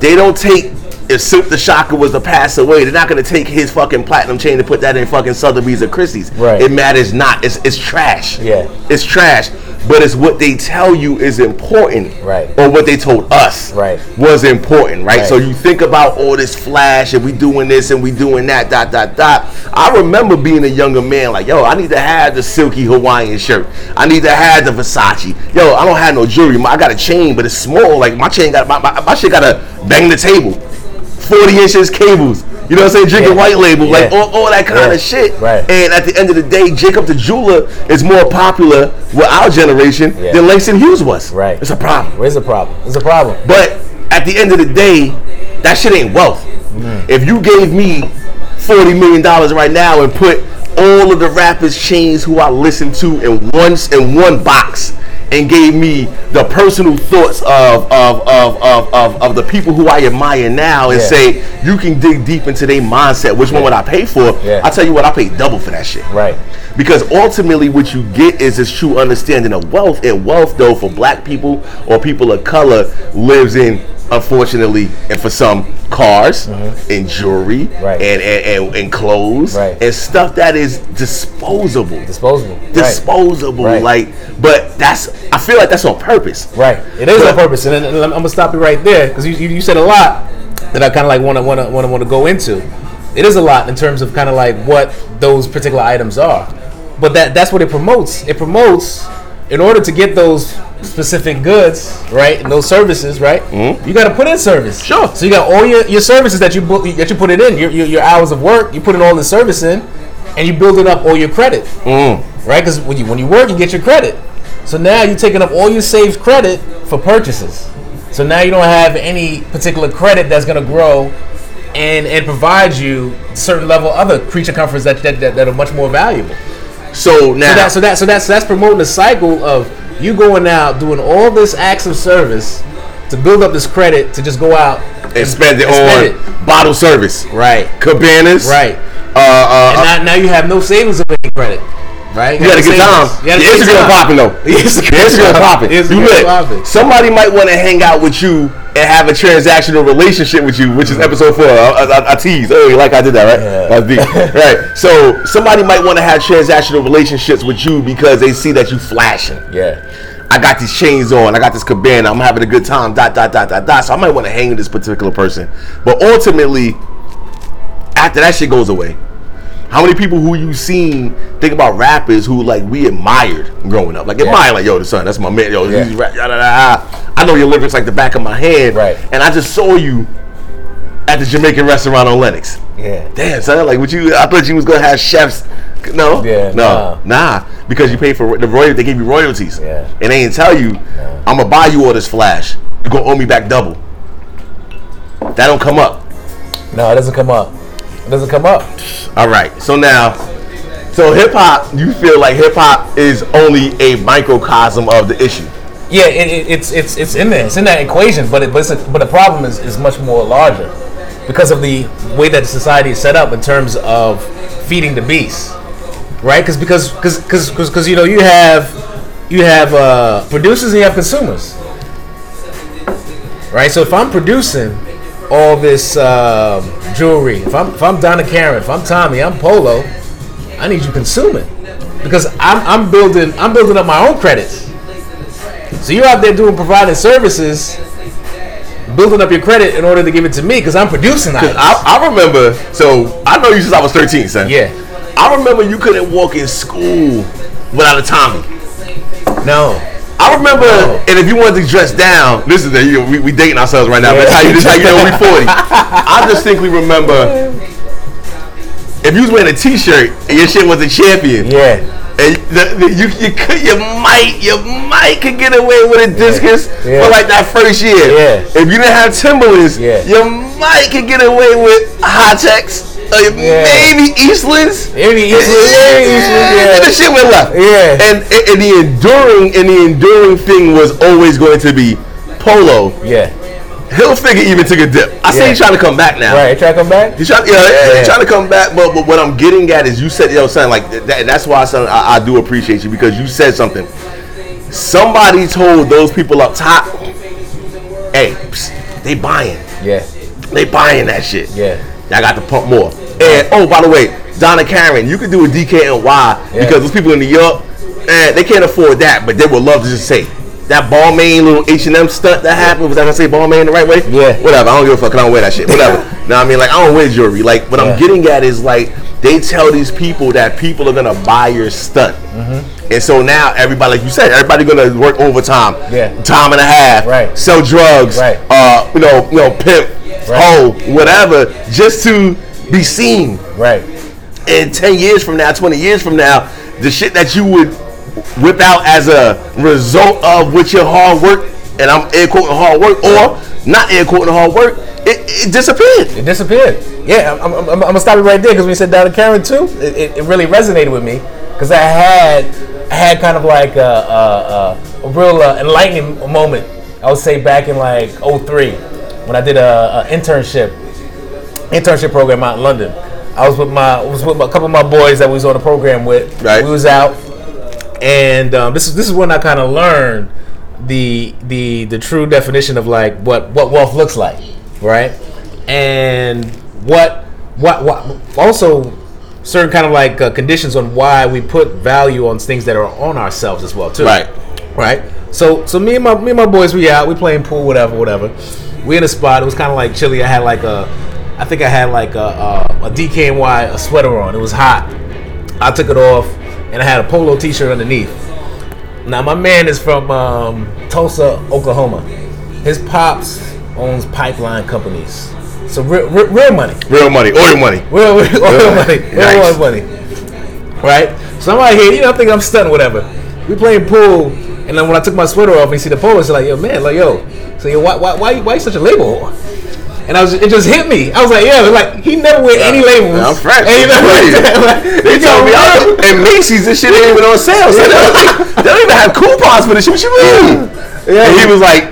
S1: They don't take if Silk the Shocker was to pass away, they're not gonna take his fucking platinum chain and put that in fucking Sotheby's or Christie's.
S2: Right.
S1: It matters not. It's it's trash.
S2: Yeah.
S1: It's trash. But it's what they tell you is important.
S2: Right.
S1: Or what they told us
S2: Right.
S1: was important, right?
S2: Right.
S1: So you think about all this flash and we doing this and we doing that, dot, dot, dot. I remember being a younger man, like, yo, I need to have the silky Hawaiian shirt. I need to have the Versace. Yo, I don't have no jewelry. My- I got a chain, but it's small. Like my chain got my, my, my shit gotta bang the table. 40 inches cables. You know what I'm saying? Drinking
S2: Yeah.
S1: white label, like
S2: Yeah.
S1: all, all that kind
S2: Yeah.
S1: of shit.
S2: Right.
S1: And at the end of the day, Jacob the Jeweler is more popular with our generation
S2: Yeah.
S1: than Langston Hughes was.
S2: Right.
S1: It's a problem.
S2: Where's the problem? It's a problem.
S1: But at the end of the day, that shit ain't wealth.
S2: Mm.
S1: If you gave me forty million dollars right now and put all of the rappers' chains who I listen to in once in one box and gave me the personal thoughts of of of of of, of the people who I admire now and
S2: Yeah.
S1: say you can dig deep into their mindset, which one would I pay for?
S2: Yeah.
S1: I tell you what, I pay double for that shit.
S2: Right.
S1: Because ultimately, what you get is this true understanding of wealth, and wealth, though, for black people or people of color, lives in, unfortunately, and for some, cars and jewelry
S2: Uh-huh. Right.
S1: and, and, and, and clothes
S2: Right.
S1: and stuff that is disposable.
S2: Disposable. Right.
S1: Disposable,
S2: Right.
S1: like, but that's, I feel like that's on purpose.
S2: Right. It is on purpose, and, and I'm, I'm gonna stop you right there because you, you, you said a lot that I kind of like want to want to want to want to go into. It is a lot in terms of kind of like what those particular items are, but that that's what it promotes. It promotes in order to get those specific goods, right, and those services, right. You got to put in service.
S1: Mm-hmm. Sure.
S2: So you got all your, your services that you book, that you put it in your, your your hours of work. You put in all the service in, and you building up all your credit
S1: Mm.
S2: right? Because when you when you work, you get your credit. So now you're taking up all your saved credit for purchases. So now you don't have any particular credit that's going to grow and and provide you certain level other creature comforts that that, that, that are much more valuable.
S1: So now,
S2: So that so that so that's that's promoting a cycle of you going out doing all this acts of service to build up this credit to just go out
S1: and spend it
S2: and spend
S1: on bottle service,
S2: right
S1: cabanas,
S2: right.
S1: Uh, uh,
S2: And now, now you have no savings of any credit, right?
S1: You gotta get down.
S2: down.
S1: Your Instagram popping though. Your Instagram popping.
S2: Instagram
S1: You
S2: popping.
S1: lit. Somebody might want to hang out with you and have a transactional relationship with you, which is episode four. I, I, I tease. Oh, you like I did that, right?
S2: Yeah.
S1: That's deep. right. So somebody might want to have transactional relationships with you because they see that you flashing.
S2: Yeah.
S1: I got these chains on. I got this cabana. I'm having a good time. Dot dot dot dot dot. So I might want to hang with this particular person. But ultimately, after that shit goes away, how many people who you seen think about rappers who like we admired growing up? Like admire, like yo, the son, that's my man. Yo,
S2: Yeah.
S1: he's rap, yada, yada, yada. I know your lyrics like the back of my hand.
S2: Right.
S1: And I just saw you at the Jamaican restaurant on Lennox.
S2: Yeah.
S1: Damn, son, like what you? I thought you was gonna have chefs. No,
S2: Yeah,
S1: no, nah. because you pay for the royalty. They give you royalties,
S2: Yeah.
S1: and they didn't tell you, I'm gonna buy you all this flash. You gonna owe me back double. That don't come up.
S2: No, it doesn't come up. It doesn't come up.
S1: All right, so now, so hip hop, you feel like hip hop is only a microcosm of the issue.
S2: Yeah, it, it, it's it's it's in there. It's in that equation, but it, but, it's a, but the problem is, is much more larger because of the way that society is set up in terms of feeding the beast, right? Cause, because because because because you know you have you have uh, producers and you have consumers, right? So if I'm producing all this um, jewelry, if I'm if I'm Donna Karen, if I'm Tommy, I'm Polo, I need you consuming because I'm I'm building I'm building up my own credits. So you're out there doing providing services, building up your credit in order to give it to me because I'm producing items.
S1: I, I remember, so I know you since I was 13, son.
S2: yeah.
S1: I remember you couldn't walk in school without a Tommy.
S2: No.
S1: I remember,
S2: No.
S1: and if you wanted to dress down, this is the you we, we dating ourselves right now. But
S2: Yeah. *laughs*
S1: that's how you, this how you know we forty. I just think we remember. If you was wearing a T-shirt and your shit was a champion,
S2: Yeah.
S1: and the, the, you you could you might you might could get away with a discus
S2: Yeah.
S1: for like that first year.
S2: Yeah.
S1: If you didn't have Timberlands,
S2: Yeah.
S1: you might could get away with high techs, uh,
S2: Yeah.
S1: maybe Eastlands.
S2: Maybe Eastwood,
S1: *laughs*
S2: maybe Eastwood,
S1: And the
S2: yeah.
S1: shit went left.
S2: Yeah.
S1: And, and and the enduring and the enduring thing was always going to be polo.
S2: Yeah.
S1: Hill figure even took a dip. I see
S2: Yeah.
S1: you trying to come back now.
S2: Right, try to come back?
S1: You trying, yeah, yeah,
S2: Yeah.
S1: you trying to come back, but, but what I'm getting at is you said, yo, son, like that, and that's why, son, I, I do appreciate you because you said something. Somebody told those people up top, hey, psst, they buying,
S2: Yeah.
S1: they buying that shit.
S2: Yeah.
S1: I got to pump more. And oh, by the way, Donna Karen, you could do a DKNY because those people in New York, eh, they can't afford that, but they would love to just say that Balmain little H and M stunt that happened. Was I gonna say Balmain the right way?
S2: Yeah.
S1: Whatever. I don't give a fuck. I don't wear that shit.
S2: *laughs*
S1: Whatever. know what I mean, like I don't wear jewelry. Like what
S2: Yeah.
S1: I'm getting at is like they tell these people that people are gonna buy your stunt.
S2: Mm-hmm.
S1: And so now everybody, like you said, everybody gonna work overtime,
S2: Yeah.
S1: time and a half,
S2: Right.
S1: Sell drugs,
S2: Right.
S1: Uh, you know, you know, pimp,
S2: Right.
S1: hoe, whatever, just to be seen.
S2: Right.
S1: And ten years from now, twenty years from now, the shit that you would whip out as a result of with your hard work, and I'm air quoting hard work, or not air quoting hard work, it, it disappeared.
S2: It disappeared. Yeah, I'm, I'm, I'm, I'm gonna stop it right there because when you said Donna Karen too, it, it, it really resonated with me because I had I had kind of like a, a, a, a real uh, enlightening moment. I would say back in like 03 when I did a, a internship internship program out in London. I was with my was with a couple of my boys that we was on the program with.
S1: Right.
S2: We was out, and um, this is this is when I kind of learned the the the true definition of like what what wealth looks like, right? And what what what also certain kind of like uh, conditions on why we put value on things that are on ourselves as well too right? So so me and my me and my boys we out, we playing pool, whatever, whatever. We in a spot. It was kind of like chilly. I had like a, I think I had like a, uh, a a DKNY a sweater on. It was hot. I took it off and I had a polo T-shirt underneath. Now my man is from um, Tulsa, Oklahoma. His pops owns pipeline companies. So real, real, real money.
S1: Real money, oil money.
S2: Real, real, real money. Real,
S1: Yikes.
S2: real money. Right? So I'm out here, you know, I think I'm stunning, whatever. We playing pool, and then when I took my sweater off and you see the polo, it's like, yo, man, like, yo, so yo, why, why, why, why you such a label whore? And I was, it just hit me. I was like, yeah, like he never wear any labels.
S1: I'm fresh.
S2: And he never
S1: Right.
S2: *laughs* like,
S1: They
S2: he
S1: told me, "Oh."
S2: got
S1: I,
S2: real-
S1: and Macy's, this shit ain't even on *laughs* sale. So they, don't, they don't even have coupons for this shit. What you mean?
S2: Yeah.
S1: And he was like,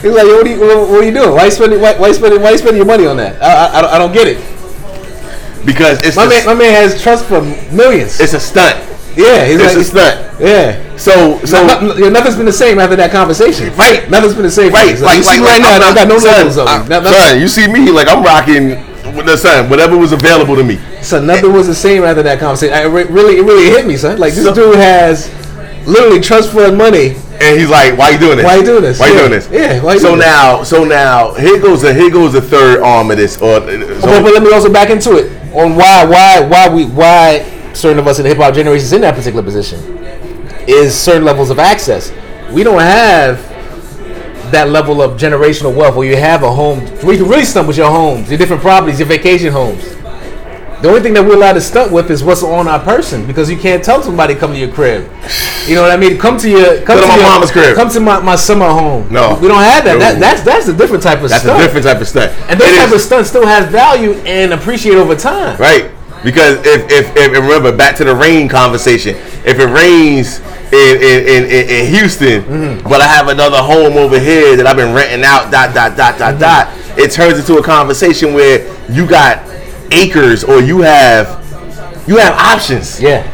S2: He was like, yo, what are you, what, what are you doing? Why you spending, why, why you spending, why you spending your money on that? I, I, I don't- I don't get it.
S1: because it's
S2: My
S1: a,
S2: man, my man has trust for millions.
S1: it's a stunt.
S2: yeah,
S1: It's
S2: he's like,
S1: a stunt.
S2: yeah.
S1: So so
S2: No- no- yeah, nothing's been the same after that conversation.
S1: Right.
S2: Nothing's been the same.
S1: right
S2: Like, you see right now,
S1: I'm
S2: I got no
S1: not-
S2: labels
S1: son,
S2: on me.
S1: I-
S2: Not- not-
S1: son, you see me like I'm rocking with the son whatever was available to me.
S2: So nothing was the same after that conversation. I, it re- really, it really hit me, son. Like this
S1: So-
S2: dude has literally trust fund money.
S1: And he's like, "Why you doing this?
S2: Why you doing this?
S1: Why you
S2: Yeah.
S1: doing this?
S2: Yeah, why you
S1: so
S2: doing this?
S1: now, so now, here goes the here goes the third arm of this. Or so,
S2: But, but let me also back into it on why, why, why we, why certain of us in the hip hop generation is in that particular position is certain levels of access. We don't have that level of generational wealth where you have a home. We can really stunt with your homes, your different properties, your vacation homes. The only thing that we're allowed to stunt with is what's on our person because you can't tell somebody come to your crib. You know what I mean? Come to your come,
S1: to my
S2: your-
S1: mama's crib.
S2: Come to my, my summer home.
S1: No.
S2: we don't have that.
S1: No.
S2: that that's that's a different type of
S1: that's
S2: stunt.
S1: a different type of stunt.
S2: And those
S1: It
S2: type
S1: is-
S2: of stunts still has value and appreciate over time.
S1: Right. Because if, if, if and remember back to the rain conversation. If it rains in in, in, in, in Houston, but I have another home over here that I've been renting out, dot dot dot dot dot, it turns into a conversation where you got acres or you have you have options.
S2: Yeah.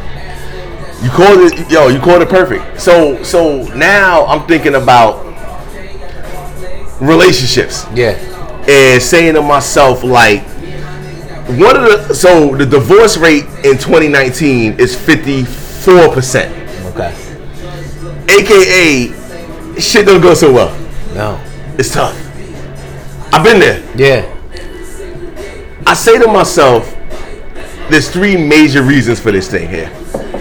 S1: You called it yo, you called it perfect. So so now I'm thinking about relationships
S2: Yeah.
S1: and saying to myself like one of the so the divorce rate in 2019 is 54 percent
S2: Okay.
S1: aka shit don't go so well
S2: No.
S1: it's tough i've been there
S2: Yeah.
S1: i say to myself there's three major reasons for this thing here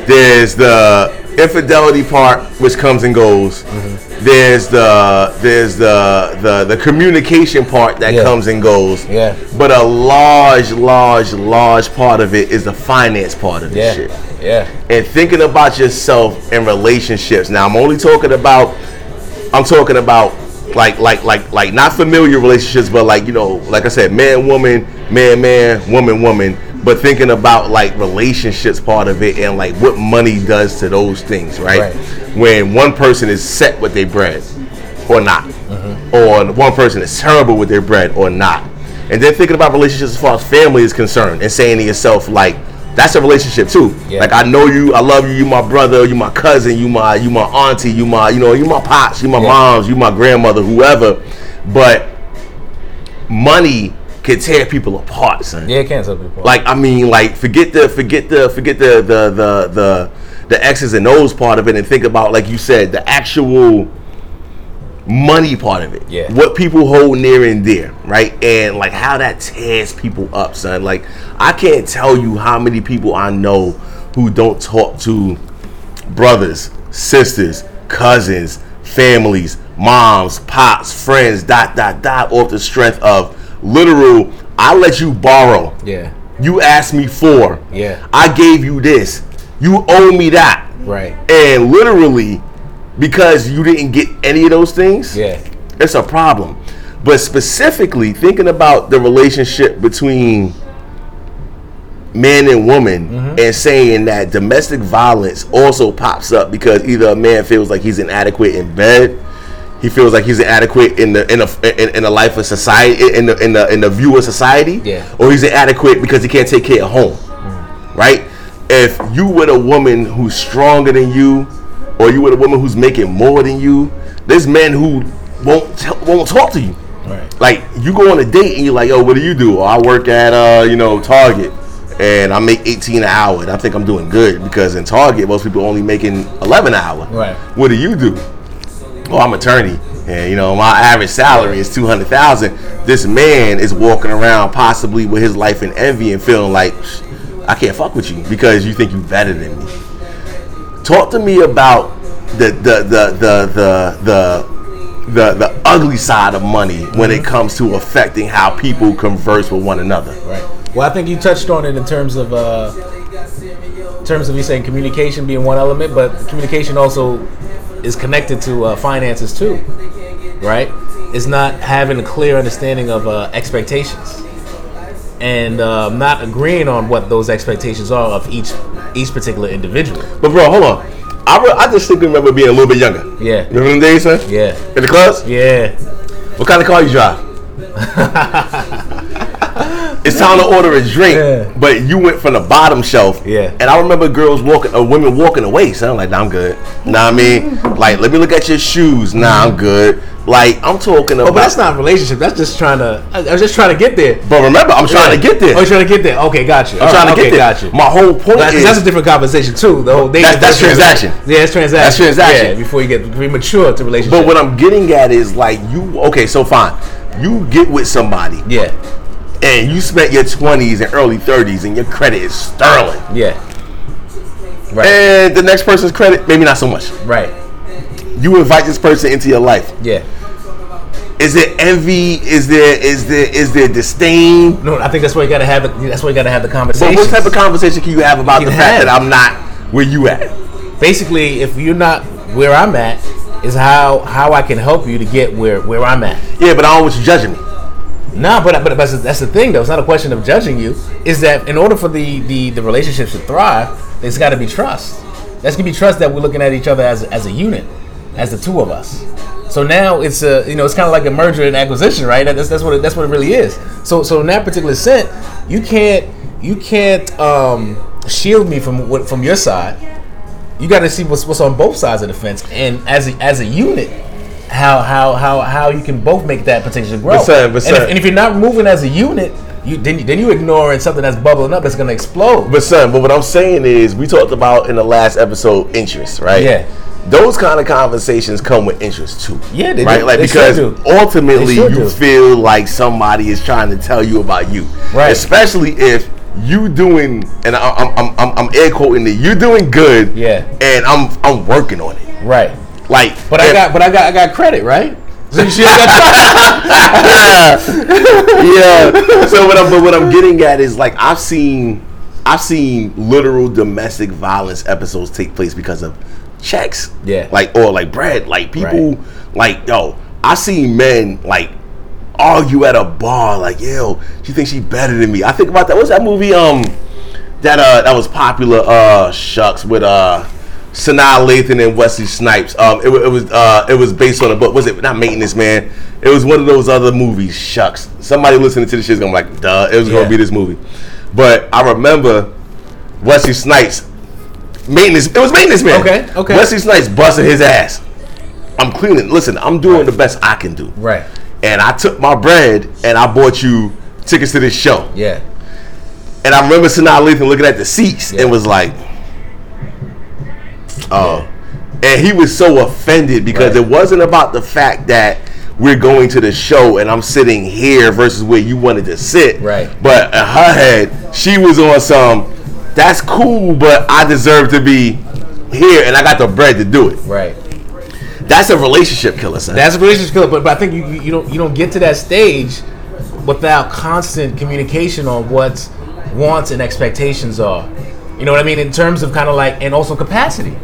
S1: there's the infidelity part, which comes and goes.
S2: Mm-hmm.
S1: There's the there's the, the the communication part that
S2: Yeah.
S1: comes and goes.
S2: Yeah.
S1: But a large, large, large part of it is the finance part of
S2: Yeah.
S1: this shit
S2: Yeah.
S1: and thinking about yourself in relationships. Now I'm only talking about I'm talking about like like like like not familiar relationships, but like you know, like I said, man woman, man man, woman woman. But thinking about like relationships part of it and like what money does to those things, right?
S2: Right.
S1: When one person is set with their bread or not,
S2: Mm-hmm.
S1: or one person is terrible with their bread or not. And then thinking about relationships as far as family is concerned and saying to yourself, like, that's a relationship too.
S2: Yeah.
S1: Like I know you, I love you. You my brother. You my cousin. You my you my auntie. You my you know you my pops. You my moms. You my grandmother. Whoever. But money can tear people apart, son.
S2: Yeah, it can tell people.
S1: Like I mean, like forget the forget the forget the the the the the X's and O's part of it, and think about like you said the actual money part of it.
S2: Yeah.
S1: What people hold near and dear, right? And like how that tears people up, son. Like I can't tell you how many people I know who don't talk to brothers, sisters, cousins, families, moms, pops, friends, dot dot dot off the strength of literal I let you borrow.
S2: yeah.
S1: You asked me for.
S2: Yeah.
S1: I gave you this. You owe me that.
S2: Right.
S1: And literally, because you didn't get any of those things,
S2: Yeah.
S1: it's a problem. But specifically, thinking about the relationship between man and woman and saying that domestic violence also pops up because either a man feels like he's inadequate in bed he feels like he's inadequate in the in a in, in the life of society in the in the in the view of society
S2: Yeah.
S1: or he's inadequate because he can't take care of home right if you with a woman who's stronger than you or you with a woman who's making more than you there's men who won't t- won't talk to you
S2: Right.
S1: like you go on a date and you're like, yo, what do you do? Oh, I work at uh, you know, Target and I make 18 an hour and I think I'm doing good because in Target most people are only making 11 an hour.
S2: Right.
S1: What do you do? Oh, I'm attorney and you know, my average salary is 200,000. This man is walking around possibly with his life in envy and feeling like I can't fuck with you because you think you better than me talk to me about the the the the the the the, the ugly side of money when it comes to affecting how people converse with one another.
S2: Right. Well, I think you touched on it in terms of uh, in terms of you saying communication being one element, but communication also is connected to uh, finances too, right? It's not having a clear understanding of uh, expectations and uh, not agreeing on what those expectations are of each each particular individual.
S1: But bro, hold on. I, re- I just think remember being a little bit younger.
S2: Yeah.
S1: Remember them days, son?
S2: Yeah.
S1: In the clubs?
S2: Yeah.
S1: What kind of car you
S2: *laughs*
S1: drive? it's time to order a drink,
S2: Yeah.
S1: but you went from the bottom shelf.
S2: Yeah.
S1: And I remember girls walking, or women walking away. So I'm like, nah, I'm good. Nah, I mean, like, let me look at your shoes. Nah, I'm good. Like, I'm talking about.
S2: Oh, but that's not a relationship. That's just trying to. I, I was just trying to get there.
S1: But remember, I'm trying to get there.
S2: Oh, you're trying to get there. Okay, got you.
S1: I'm trying to get
S2: okay,
S1: there.
S2: Got you.
S1: My whole point
S2: Well, that's,
S1: is
S2: that's a different conversation too. The whole dating
S1: That's- that's
S2: versus-
S1: transaction.
S2: Yeah, it's transaction.
S1: That's transaction.
S2: Yeah, before you get premature to relationship.
S1: But what I'm getting at is like you okay, so fine. You get with somebody
S2: yeah,
S1: and you spent your twenties and early thirties and your credit is sterling.
S2: yeah,
S1: And the next person's credit, maybe not so much.
S2: right.
S1: You invite this person into your life.
S2: Yeah.
S1: Is there envy? Is there is there is there disdain?
S2: No, I think that's why you gotta have. The, that's why you gotta have the
S1: But
S2: conversation.
S1: what type of conversation can you have about
S2: You
S1: the
S2: can
S1: fact
S2: have
S1: that I'm not where you at?
S2: Basically, if you're not where I'm at, is how how I can help you to get where where I'm at.
S1: Yeah, but I don't want you judging me.
S2: Nah, but, but but that's the thing though. It's not a question of judging you. Is that in order for the the, the relationships to thrive, there's got to be trust. There's gonna be trust that we're looking at each other as as a unit, as the two of us. So now it's a you know it's kind of like a merger and acquisition, right? That's that's what it, that's what it really is. So so in that particular sense, you can't you can't um, shield me from what from your side. You got to see what's what's on both sides of the fence, and as a, as a unit. How, how how how you can both make that potential grow.
S1: But sir, but
S2: And
S1: sir.
S2: if- and if if you're not moving as a unit, you then, you- then you ignoring something that's bubbling up that's gonna explode.
S1: But son, but what I'm saying is, we talked about in the last episode interest, right?
S2: Yeah.
S1: Those kind of conversations come with interest too.
S2: Yeah, they do.
S1: right. Like
S2: They sure
S1: because
S2: do.
S1: ultimately
S2: They sure
S1: you
S2: do.
S1: feel like somebody is trying to tell you about you,
S2: Right.
S1: Especially if you doing, and I, I'm, I'm, I'm, I'm air quoting it. You doing good.
S2: Yeah.
S1: And I'm, I'm working on it.
S2: Right.
S1: Like,
S3: But I
S1: and-
S3: got, but I got, I got credit, right? So you should have
S2: *laughs*
S1: yeah. So what I'm but what I'm getting at is like I've seen I've seen literal domestic violence episodes take place because of checks.
S2: Yeah.
S1: Like or like bread. Like people
S2: Right.
S1: like yo, I seen men like argue at a bar like yo, she thinks she better than me. I think about that. What's that movie? Um, that uh that was popular. Uh, shucks with uh. Sanaa Lathan and Wesley Snipes. Um, it, wa- it was uh, it was based on a book. Was it not Maintenance Man? It was one of those other movies. Shucks, somebody listening to this shit's gonna be like, duh, it was
S2: Yeah.
S1: gonna be this movie. But I remember Wesley Snipes maintenance. It was maintenance man.
S2: Okay, okay.
S1: Wesley Snipes busting his ass. I'm cleaning. Listen, I'm doing the best I can do.
S2: *laughs* Right.
S1: And I took my bread and I bought you tickets to this show.
S2: Yeah.
S1: And I remember Sanaa Lathan looking at the seats
S2: Yeah.
S1: and was like, "Oh," and he was so offended because
S2: Right.
S1: it wasn't about the fact that we're going to the show and I'm sitting here versus where you wanted to sit.
S2: Right.
S1: But in her head, she was on some. That's cool, but I deserve to be here, and I got the bread to do it.
S2: Right.
S1: That's a relationship killer, son.
S2: That's a relationship killer, but, but I think you, you you don't you don't get to that stage without constant communication on what wants and expectations are. You know what I mean in terms of kind of like and also capacity.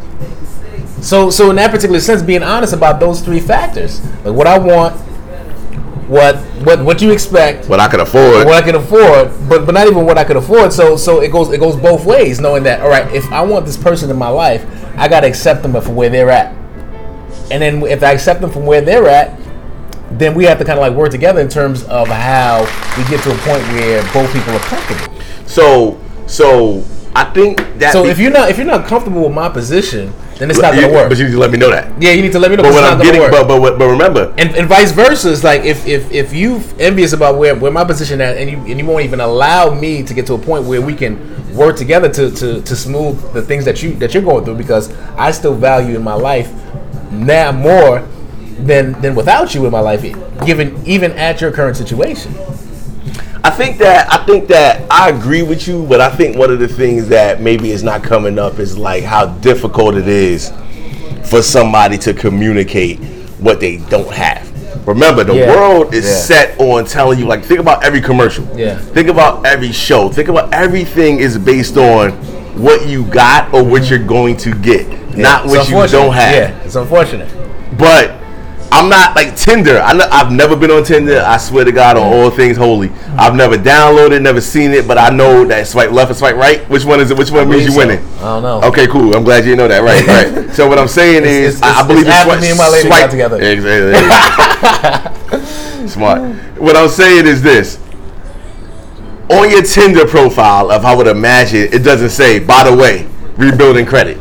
S2: So so in that particular sense, being honest about those three factors, like what I want, what what what you expect,
S1: what I could afford.
S2: what I can afford, but but not even what I could afford. So so it goes it goes both ways, knowing that all right, if I want this person in my life, I gotta accept them for where they're at, and then if I accept them from where they're at, then we have to kind of like work together in terms of how we get to a point where both people are comfortable.
S1: So, so I think that.
S2: So
S1: be-
S2: if you're not if you're not comfortable with my position, then it's not
S1: you-
S2: gonna work.
S1: but you need to let me know that.
S2: yeah, you need to let me know.
S1: But
S2: if
S1: what
S2: it's
S1: I'm
S2: not gonna
S1: getting,
S2: work.
S1: but, but what- but remember,
S2: and, and vice versa. It's like if if if you envious about where, where my position at, and you and you won't even allow me to get to a point where we can work together to, to, to smooth the things that you that you're going through because I still value in my life now more than than without you in my life, given even at your current situation.
S1: I think that I think that I agree with you, but I think one of the things that maybe is not coming up is like how difficult it is for somebody to communicate what they don't have. Remember, the
S2: Yeah.
S1: world is
S2: Yeah.
S1: set on telling you like think about every commercial.
S2: Yeah.
S1: Think about every show. Think about everything is based on what you got or what you're going to get, not
S2: It's
S1: what you
S2: unfortunate.
S1: don't have.
S2: Yeah, it's unfortunate.
S1: But I'm not like Tinder. I know, I've never been on Tinder. I swear to God,
S2: Mm.
S1: on all things holy, I've never downloaded, never seen it. But I know that swipe left and swipe right. Which one is it? Which one means you
S2: Believe
S1: winning?
S2: so. I don't know.
S1: Okay, cool. I'm glad you know that. Right,
S2: *laughs*
S1: right. So what I'm saying is,
S2: it's-
S1: I- I
S2: it's-
S1: believe
S2: it's after me and my lady got together. *laughs*
S1: Exactly. Smart. What I'm saying is this. On your Tinder profile, of I would imagine, it doesn't say. By the way, rebuilding credit.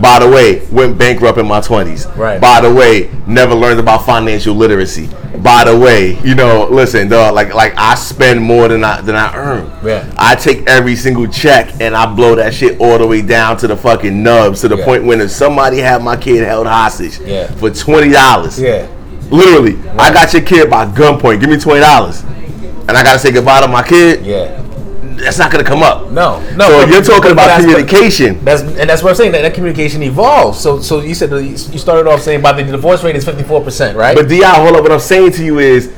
S1: By the way, went bankrupt in my 20s.
S2: Right.
S1: By the way, never learned about financial literacy. By the way, you know, listen, dog, like like I spend more than I than I earn.
S2: Yeah.
S1: I take every single check and I blow that shit all the way down to the fucking nubs to the
S2: Yeah.
S1: point when if somebody had my kid held hostage
S2: Yeah.
S1: for twenty dollars.
S2: Yeah.
S1: Literally, I got your kid by gunpoint. Give me twenty dollars. And I gotta say goodbye to my kid.
S2: Yeah.
S1: That's not gonna come up.
S2: No. No.
S1: So
S2: but-
S1: you're talking
S2: but- but
S1: about
S2: that's-
S1: communication.
S2: That's and that's what I'm saying. That, that communication evolves. So so you said that you started off saying about the divorce rate is 54 percent, right?
S1: But Di, hold up. What I'm saying to you is,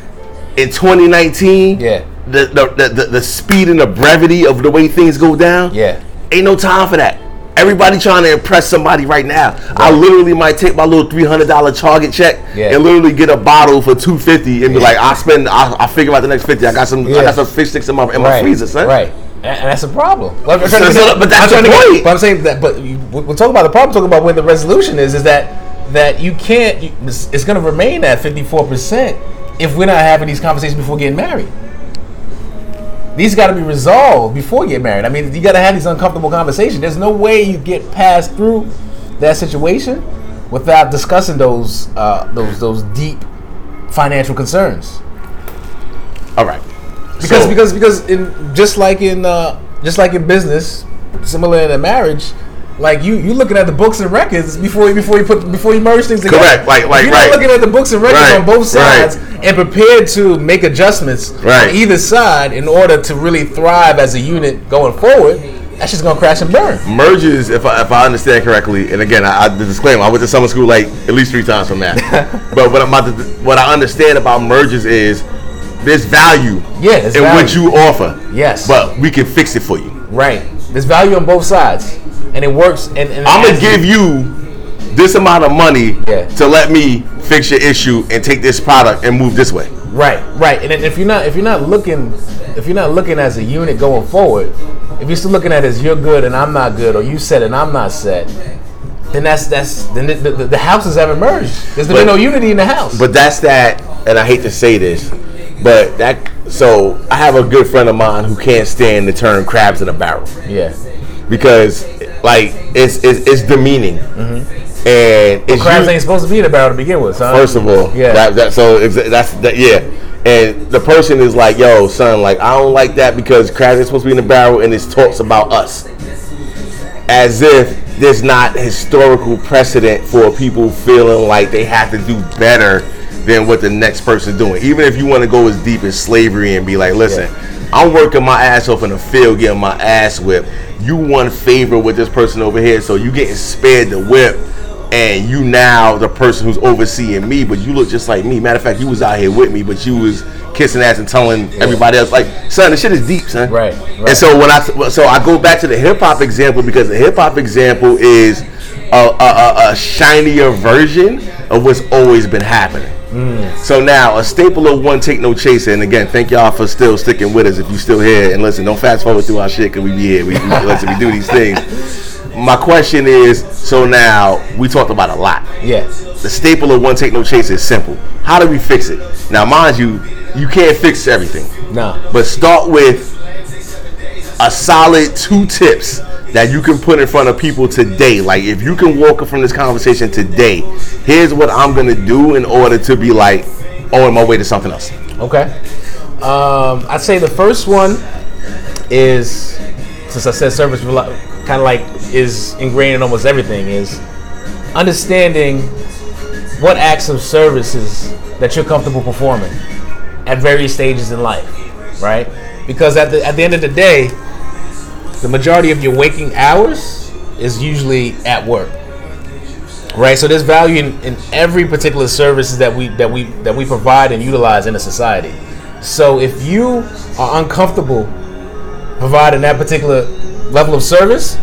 S1: in 2019,
S2: Yeah.
S1: the the, the, the the speed and the brevity of the way things go down,
S2: yeah.
S1: ain't no time for that. Everybody trying to impress somebody right now. I literally might take my little three hundred dollar Target check
S2: Yeah.
S1: and literally get a bottle for two fifty and be
S2: Yeah.
S1: like, I spend, I, I figure out the next fifty. I got some, I
S2: Yeah.
S1: got some fish sticks in my in my freezer, son.
S2: Right. And, and that's a problem. Well, I'm
S1: So-
S2: trying
S1: *laughs*
S2: to
S1: so-
S2: get-
S1: but that's
S2: I'm trying
S1: the
S2: to get-
S1: point.
S2: But I'm saying that. But you- we- we'll talk about the problem. Talk about where the resolution is. Is that that you can't. you- It's, it's going to remain at 54 percent if we're not having these conversations before getting married. These got to be resolved before you get married. I mean, you got to have these uncomfortable conversations. There's no way you get past through that situation without discussing those uh, those those deep financial concerns
S1: All right.
S2: because
S1: So-
S2: because because in just like in uh, just like in business, similar in a marriage, Like you, you looking at the books and records before you before you put before you merge things together.
S1: Correct, like- like,
S2: If you're
S1: right.
S2: not looking at the books and records
S1: Right,
S2: on both
S1: right.
S2: sides and prepared to make adjustments
S1: Right.
S2: on either side in order to really thrive as a unit going forward. That's just gonna crash and burn.
S1: merges, if I, if I understand correctly, and again, I, I the disclaimer, I went to summer school like at least three times from that.
S2: *laughs*
S1: but what I'm about to, what I understand about merges is there's value
S2: Yeah, there's
S1: in what
S2: value.
S1: you offer.
S2: Yes.
S1: But we can fix it for you.
S2: Right. There's value on both sides, and it works. And, and
S1: I'm gonna
S2: it has-
S1: give you this amount of money
S2: Yeah.
S1: to let me fix your issue and take this product and move this way.
S2: Right, right. And then if you're not if you're not looking if you're not looking as a unit going forward, if you're still looking at it as you're good and I'm not good, or you set and I'm not set, then that's that's then the, the, the houses haven't merged. There's been
S1: But-
S2: no unity in the house.
S1: But that's that, and I hate to say this, but that. So I have a good friend of mine who can't stand the term crabs in a barrel.
S2: yeah,
S1: because like it's it's, it's demeaning, and it's
S2: Mm-hmm. crabs
S1: us-
S2: ain't supposed to be in a barrel to begin with. Son.
S1: first of all,
S2: Yeah.
S1: That, that, so exa- that's that, yeah, and the person is like, yo, son, like I don't like that because crabs ain't supposed to be in the barrel, and it's talks about us, as if there's not historical precedent for people feeling like they have to do better than what the next person's doing. Even if you want to go as deep as slavery and be like, listen. I'm working my ass off in the field, getting my ass whipped. You won favor with this person over here, so you getting spared the whip and you now the person who's overseeing me, but you look just like me. Matter of fact, you was out here with me, but you was kissing ass and telling everybody else like, son, this shit is deep, son.
S2: Right, right.
S1: And so when I so I go back to the hip hop example because the hip hop example is a, a, a, a shinier version of what's always been happening. So now a staple of one take no chaser, and again, thank y'all for still sticking with us. If you still here and listen, don't fast forward through our shit because we be here. We, we listen, we do these things. My question is, so now we talked about a lot.
S2: yeah,
S1: The staple of one take no chase is simple. How do we fix it? Now, mind you, you can't fix everything,
S2: nah,
S1: but start with a solid two tips that you can put in front of people today. Like, if you can walk from this conversation today, here's what I'm gonna do in order to be like on my way to something else.
S2: okay. Um, I'd say the first one is since I said service, kind of like is ingrained in almost everything is understanding what acts of services that you're comfortable performing at various stages in life, right? Because at the at the end of the day, the majority of your waking hours is usually at work. Right? So there's value in, in every particular services that we that we that we provide and utilize in a society. So if you are uncomfortable providing that particular level of service,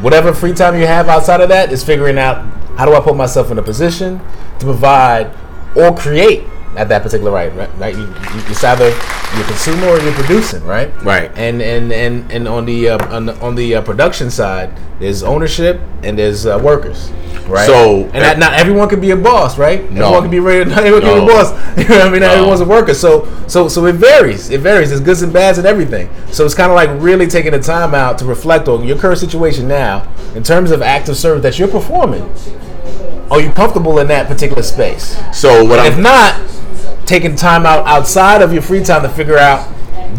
S2: whatever free time you have outside of that is figuring out how do I put myself in a position to provide or create at that particular right, right? right? You, you, it's either you're a consumer or you're producing, right?
S1: Right.
S2: And and and and on the uh, on the, on the uh, production side, there's ownership and there's uh, workers, right?
S1: So-
S2: and not, not everyone can be a boss, right?
S1: No.
S2: Everyone can be ready. Not everyone can
S1: No.
S2: be a boss. *laughs* you know what I mean? Not
S1: No.
S2: everyone's a worker. So so so it varies. It varies. There's goods and bads and everything. So it's kind of like really taking the time out to reflect on your current situation now in terms of active service that you're performing. Are you comfortable in that particular space?
S1: So what
S2: If
S1: I'm
S2: not, taking time out outside of your free time to figure out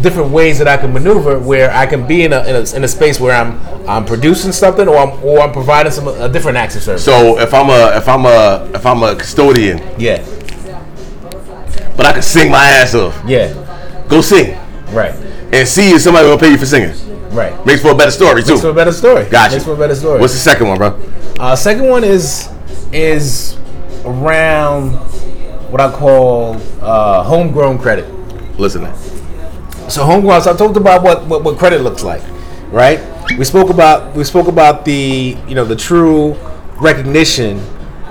S2: different ways that I can maneuver where I can be in a, in a, in a space where I'm I'm producing something or I'm or I'm providing some a different active service.
S1: so if I'm a if I'm a if I'm a custodian,
S2: yeah,
S1: but I can sing my ass off.
S2: yeah,
S1: Go sing
S2: right,
S1: and see if somebody gonna pay you for singing.
S2: right.
S1: Makes for a better story too.
S2: Makes for a better story.
S1: Gotcha.
S2: Makes for a better story.
S1: What's the second one, bro?
S2: Uh, second one is is around what I call uh, homegrown credit.
S1: Listen,
S2: So homegrown. So I talked about what, what what credit looks like, right? We spoke about we spoke about the you know the true recognition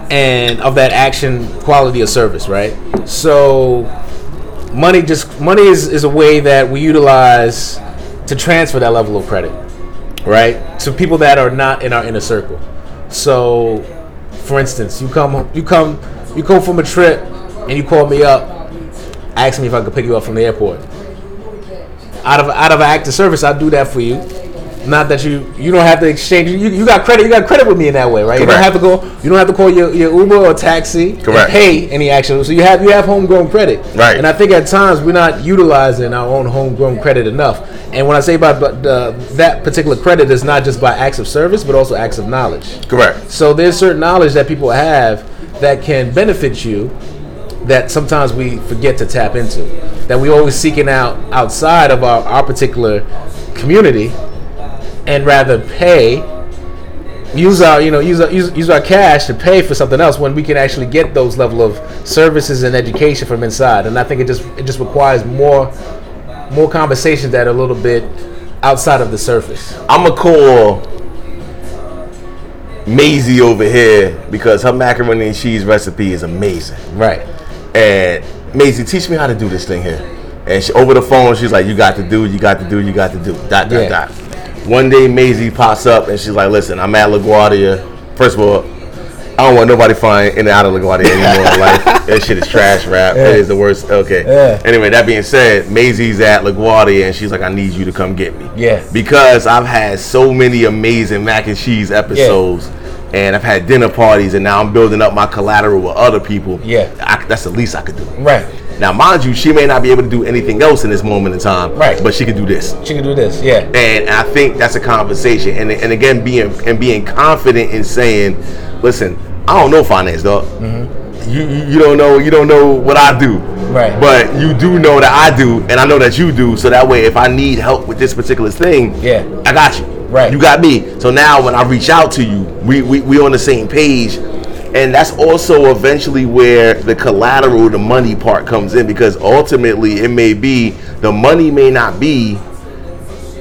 S2: and of that action quality of service, right? So money just money is, is a way that we utilize to transfer that level of credit, right? To people that are not in our inner circle. So, for instance, you come you come you come from a trip and you call me up, ask me if I could pick you up from the airport out of out of an act of service, I'll do that for you.
S3: Not that you you don't have to exchange. You, you got credit. You got credit with me in that way, right? You don't have
S1: Correct.
S3: to go. You don't have to call your, your Uber or taxi. and
S1: Correct.
S3: pay any actual. So you have you have homegrown credit.
S1: Right.
S3: And I think at times we're not utilizing our own homegrown credit enough. And when I say by but uh, that particular credit is not just by acts of service, but also acts of knowledge.
S1: Correct.
S3: So there's certain knowledge that people have that can benefit you that sometimes we forget to tap into. That we always seeking out outside of our, our particular community and rather pay use our you know use our, use, use our cash to pay for something else when we can actually get those level of services and education from inside and i think it just it just requires more more conversations that are a little bit outside of the surface
S1: I'm gonna call Maisie over here because her macaroni and cheese recipe is amazing.
S3: right
S1: And Maisie, teach me how to do this thing here. And she, over the phone, she's like, "You got to do, it, you got to do, it, you got to do." it." Dot dot
S3: Yeah.
S1: dot. One day, Maisie pops up and she's like, "Listen, I'm at LaGuardia. First of all, I don't want nobody flying in and out of LaGuardia anymore. in
S2: *laughs*
S1: life. that shit is trash rap. It is the worst. Okay.
S2: Yeah.
S1: Anyway, that being said, Maisie's at LaGuardia and she's like, "I need you to come get me."
S2: Yeah.
S1: Because I've had so many amazing mac and cheese episodes. And I've had dinner parties, and now I'm building up my collateral with other people.
S2: Yeah.
S1: I, that's the least I could do.
S2: Right.
S1: Now, mind you, she may not be able to do anything else in this moment in time,
S2: Right.
S1: But she can do this,
S2: She can do this. Yeah.
S1: and I think that's a conversation. And and again, being and being confident in saying, listen, I don't know finance, dog. You, you you don't know you don't know what I do,
S2: Mm-hmm. Right.
S1: But you do know that I do, and I know that you do. So that way, if I need help with this particular thing,
S2: Yeah.
S1: I got you.
S2: Right.
S1: You got me. So now when I reach out to you, we we, we on the same page. And that's also eventually where the collateral, the money part comes in because ultimately it may be the money may not be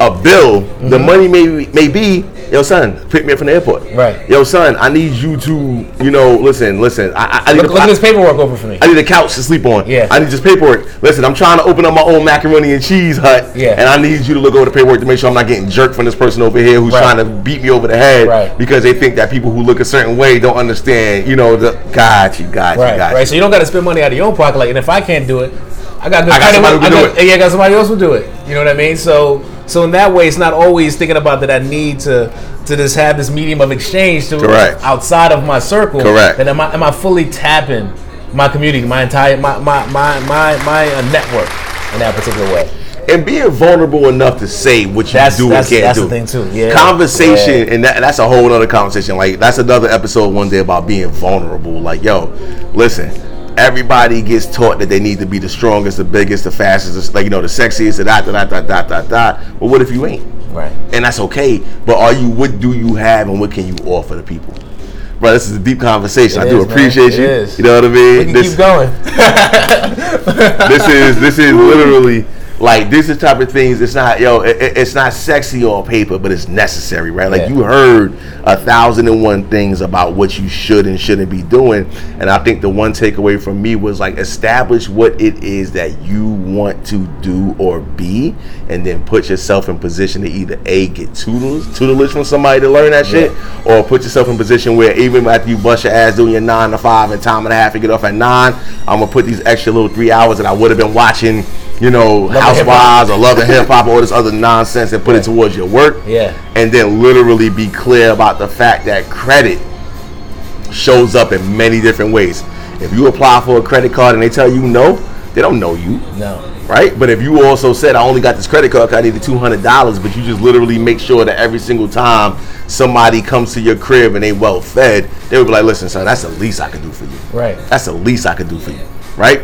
S1: a bill. The
S2: Mm-hmm.
S1: money may may be, yo son, pick me up from the airport.
S2: Right.
S1: Yo son, I need you to, you know, listen, listen. I I, I need
S2: Look,
S1: a-
S2: look
S1: I-
S2: at this paperwork over for me.
S1: I need a couch to sleep on.
S2: Yeah.
S1: I need this paperwork. Listen, I'm trying to open up my own macaroni and cheese hut.
S2: Yeah.
S1: And I need you to look over the paperwork to make sure I'm not getting jerked from this person over here who's
S2: Right.
S1: trying to beat me over the head
S2: Right.
S1: because they think that people who look a certain way don't understand. You know, the got you, got you,
S2: Right,
S1: got
S2: right.
S1: you.
S2: So you don't got to spend money out of your own pocket. Like, and if I can't do it, I got good
S1: I got
S2: credit.
S1: somebody
S2: with-
S1: who can
S2: I
S1: do
S2: got,
S1: it.
S2: Yeah, I got somebody else will do it. You know what I mean? So, so in that way, it's not always thinking about that I need to to just have this medium of exchange to
S1: Correct.
S2: outside of my circle.
S1: Correct.
S2: Then am I am I fully tapping my community, my entire my my my my, my uh, network in that particular way?
S1: and being vulnerable enough to say what you
S2: That's-
S1: do
S2: that's-
S1: and can't
S2: that's
S1: do.
S2: the thing, too. Yeah.
S1: Conversation, and that, that's a whole other conversation. Like that's another episode one day about being vulnerable. Like, yo, listen. Everybody gets taught that they need to be the strongest, the biggest, the fastest, the, like you know, the sexiest, the dot, dot, dot, dot, dot, dot. But what if you ain't?
S2: Right.
S1: and that's okay. But are you? What do you have, and what can you offer to people? Bro, this is a deep conversation.
S2: It
S1: I do
S2: is, man.
S1: appreciate
S2: It
S1: you.
S2: is.
S1: You know what I mean?
S2: We can
S1: this,
S2: keep going.
S1: this is this is literally like this is type of things. It's not yo. It, it- it's not sexy on paper, but it's necessary, right? Like
S2: Yeah.
S1: you heard a thousand and one things about what you should and shouldn't be doing, and I think the one takeaway from me was like establish what it is that you want to do or be, and then put yourself in position to either a get tutelage, tutelage from somebody to learn that shit, or put yourself in position where even after you bust your ass doing your nine to five and time and a half and get off at nine, I'm gonna put these extra little three hours that I would have been watching, you know,
S2: and Hip Hop.
S1: Housewives or Love and Hip Hop or all this other nonsense and put it towards your work.
S2: Yeah.
S1: And then literally be clear about the fact that credit shows up in many different ways. If you apply for a credit card and they tell you no, they don't know you
S2: No.
S1: right? But if you also said I only got this credit card 'cause I needed two hundred dollars, but you just literally make sure that every single time somebody comes to your crib and they well fed, they would be like, "Listen, son, that's the least I could do for you.
S2: Right.
S1: That's the least I could do for you, right?"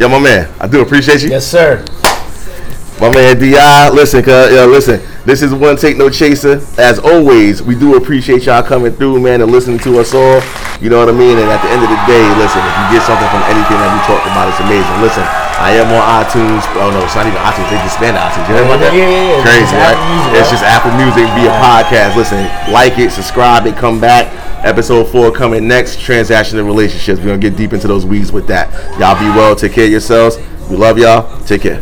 S1: Yo, my man, I do appreciate you.
S2: Yes, sir.
S1: My man Di, listen, cuz, yo, listen. This is one take no chaser. As always, we do appreciate y'all coming through, man, and listening to us all. You know what I mean? And at the end of the day, listen, if you get something from anything that we talked about, it's amazing. Listen, I am on iTunes. Oh no, it's not even iTunes. They just spend iTunes. You heard about that?
S2: Yeah, yeah, yeah.
S1: Crazy,
S2: It's
S1: right?
S2: Apple Music,
S1: it's
S2: right?
S1: just Apple Music via podcast. Listen, like it, subscribe it, come back. Episode four coming next. Transactional relationships. We're gonna get deep into those weeds with that. Y'all be well. Take care of yourselves. We love y'all. Take care.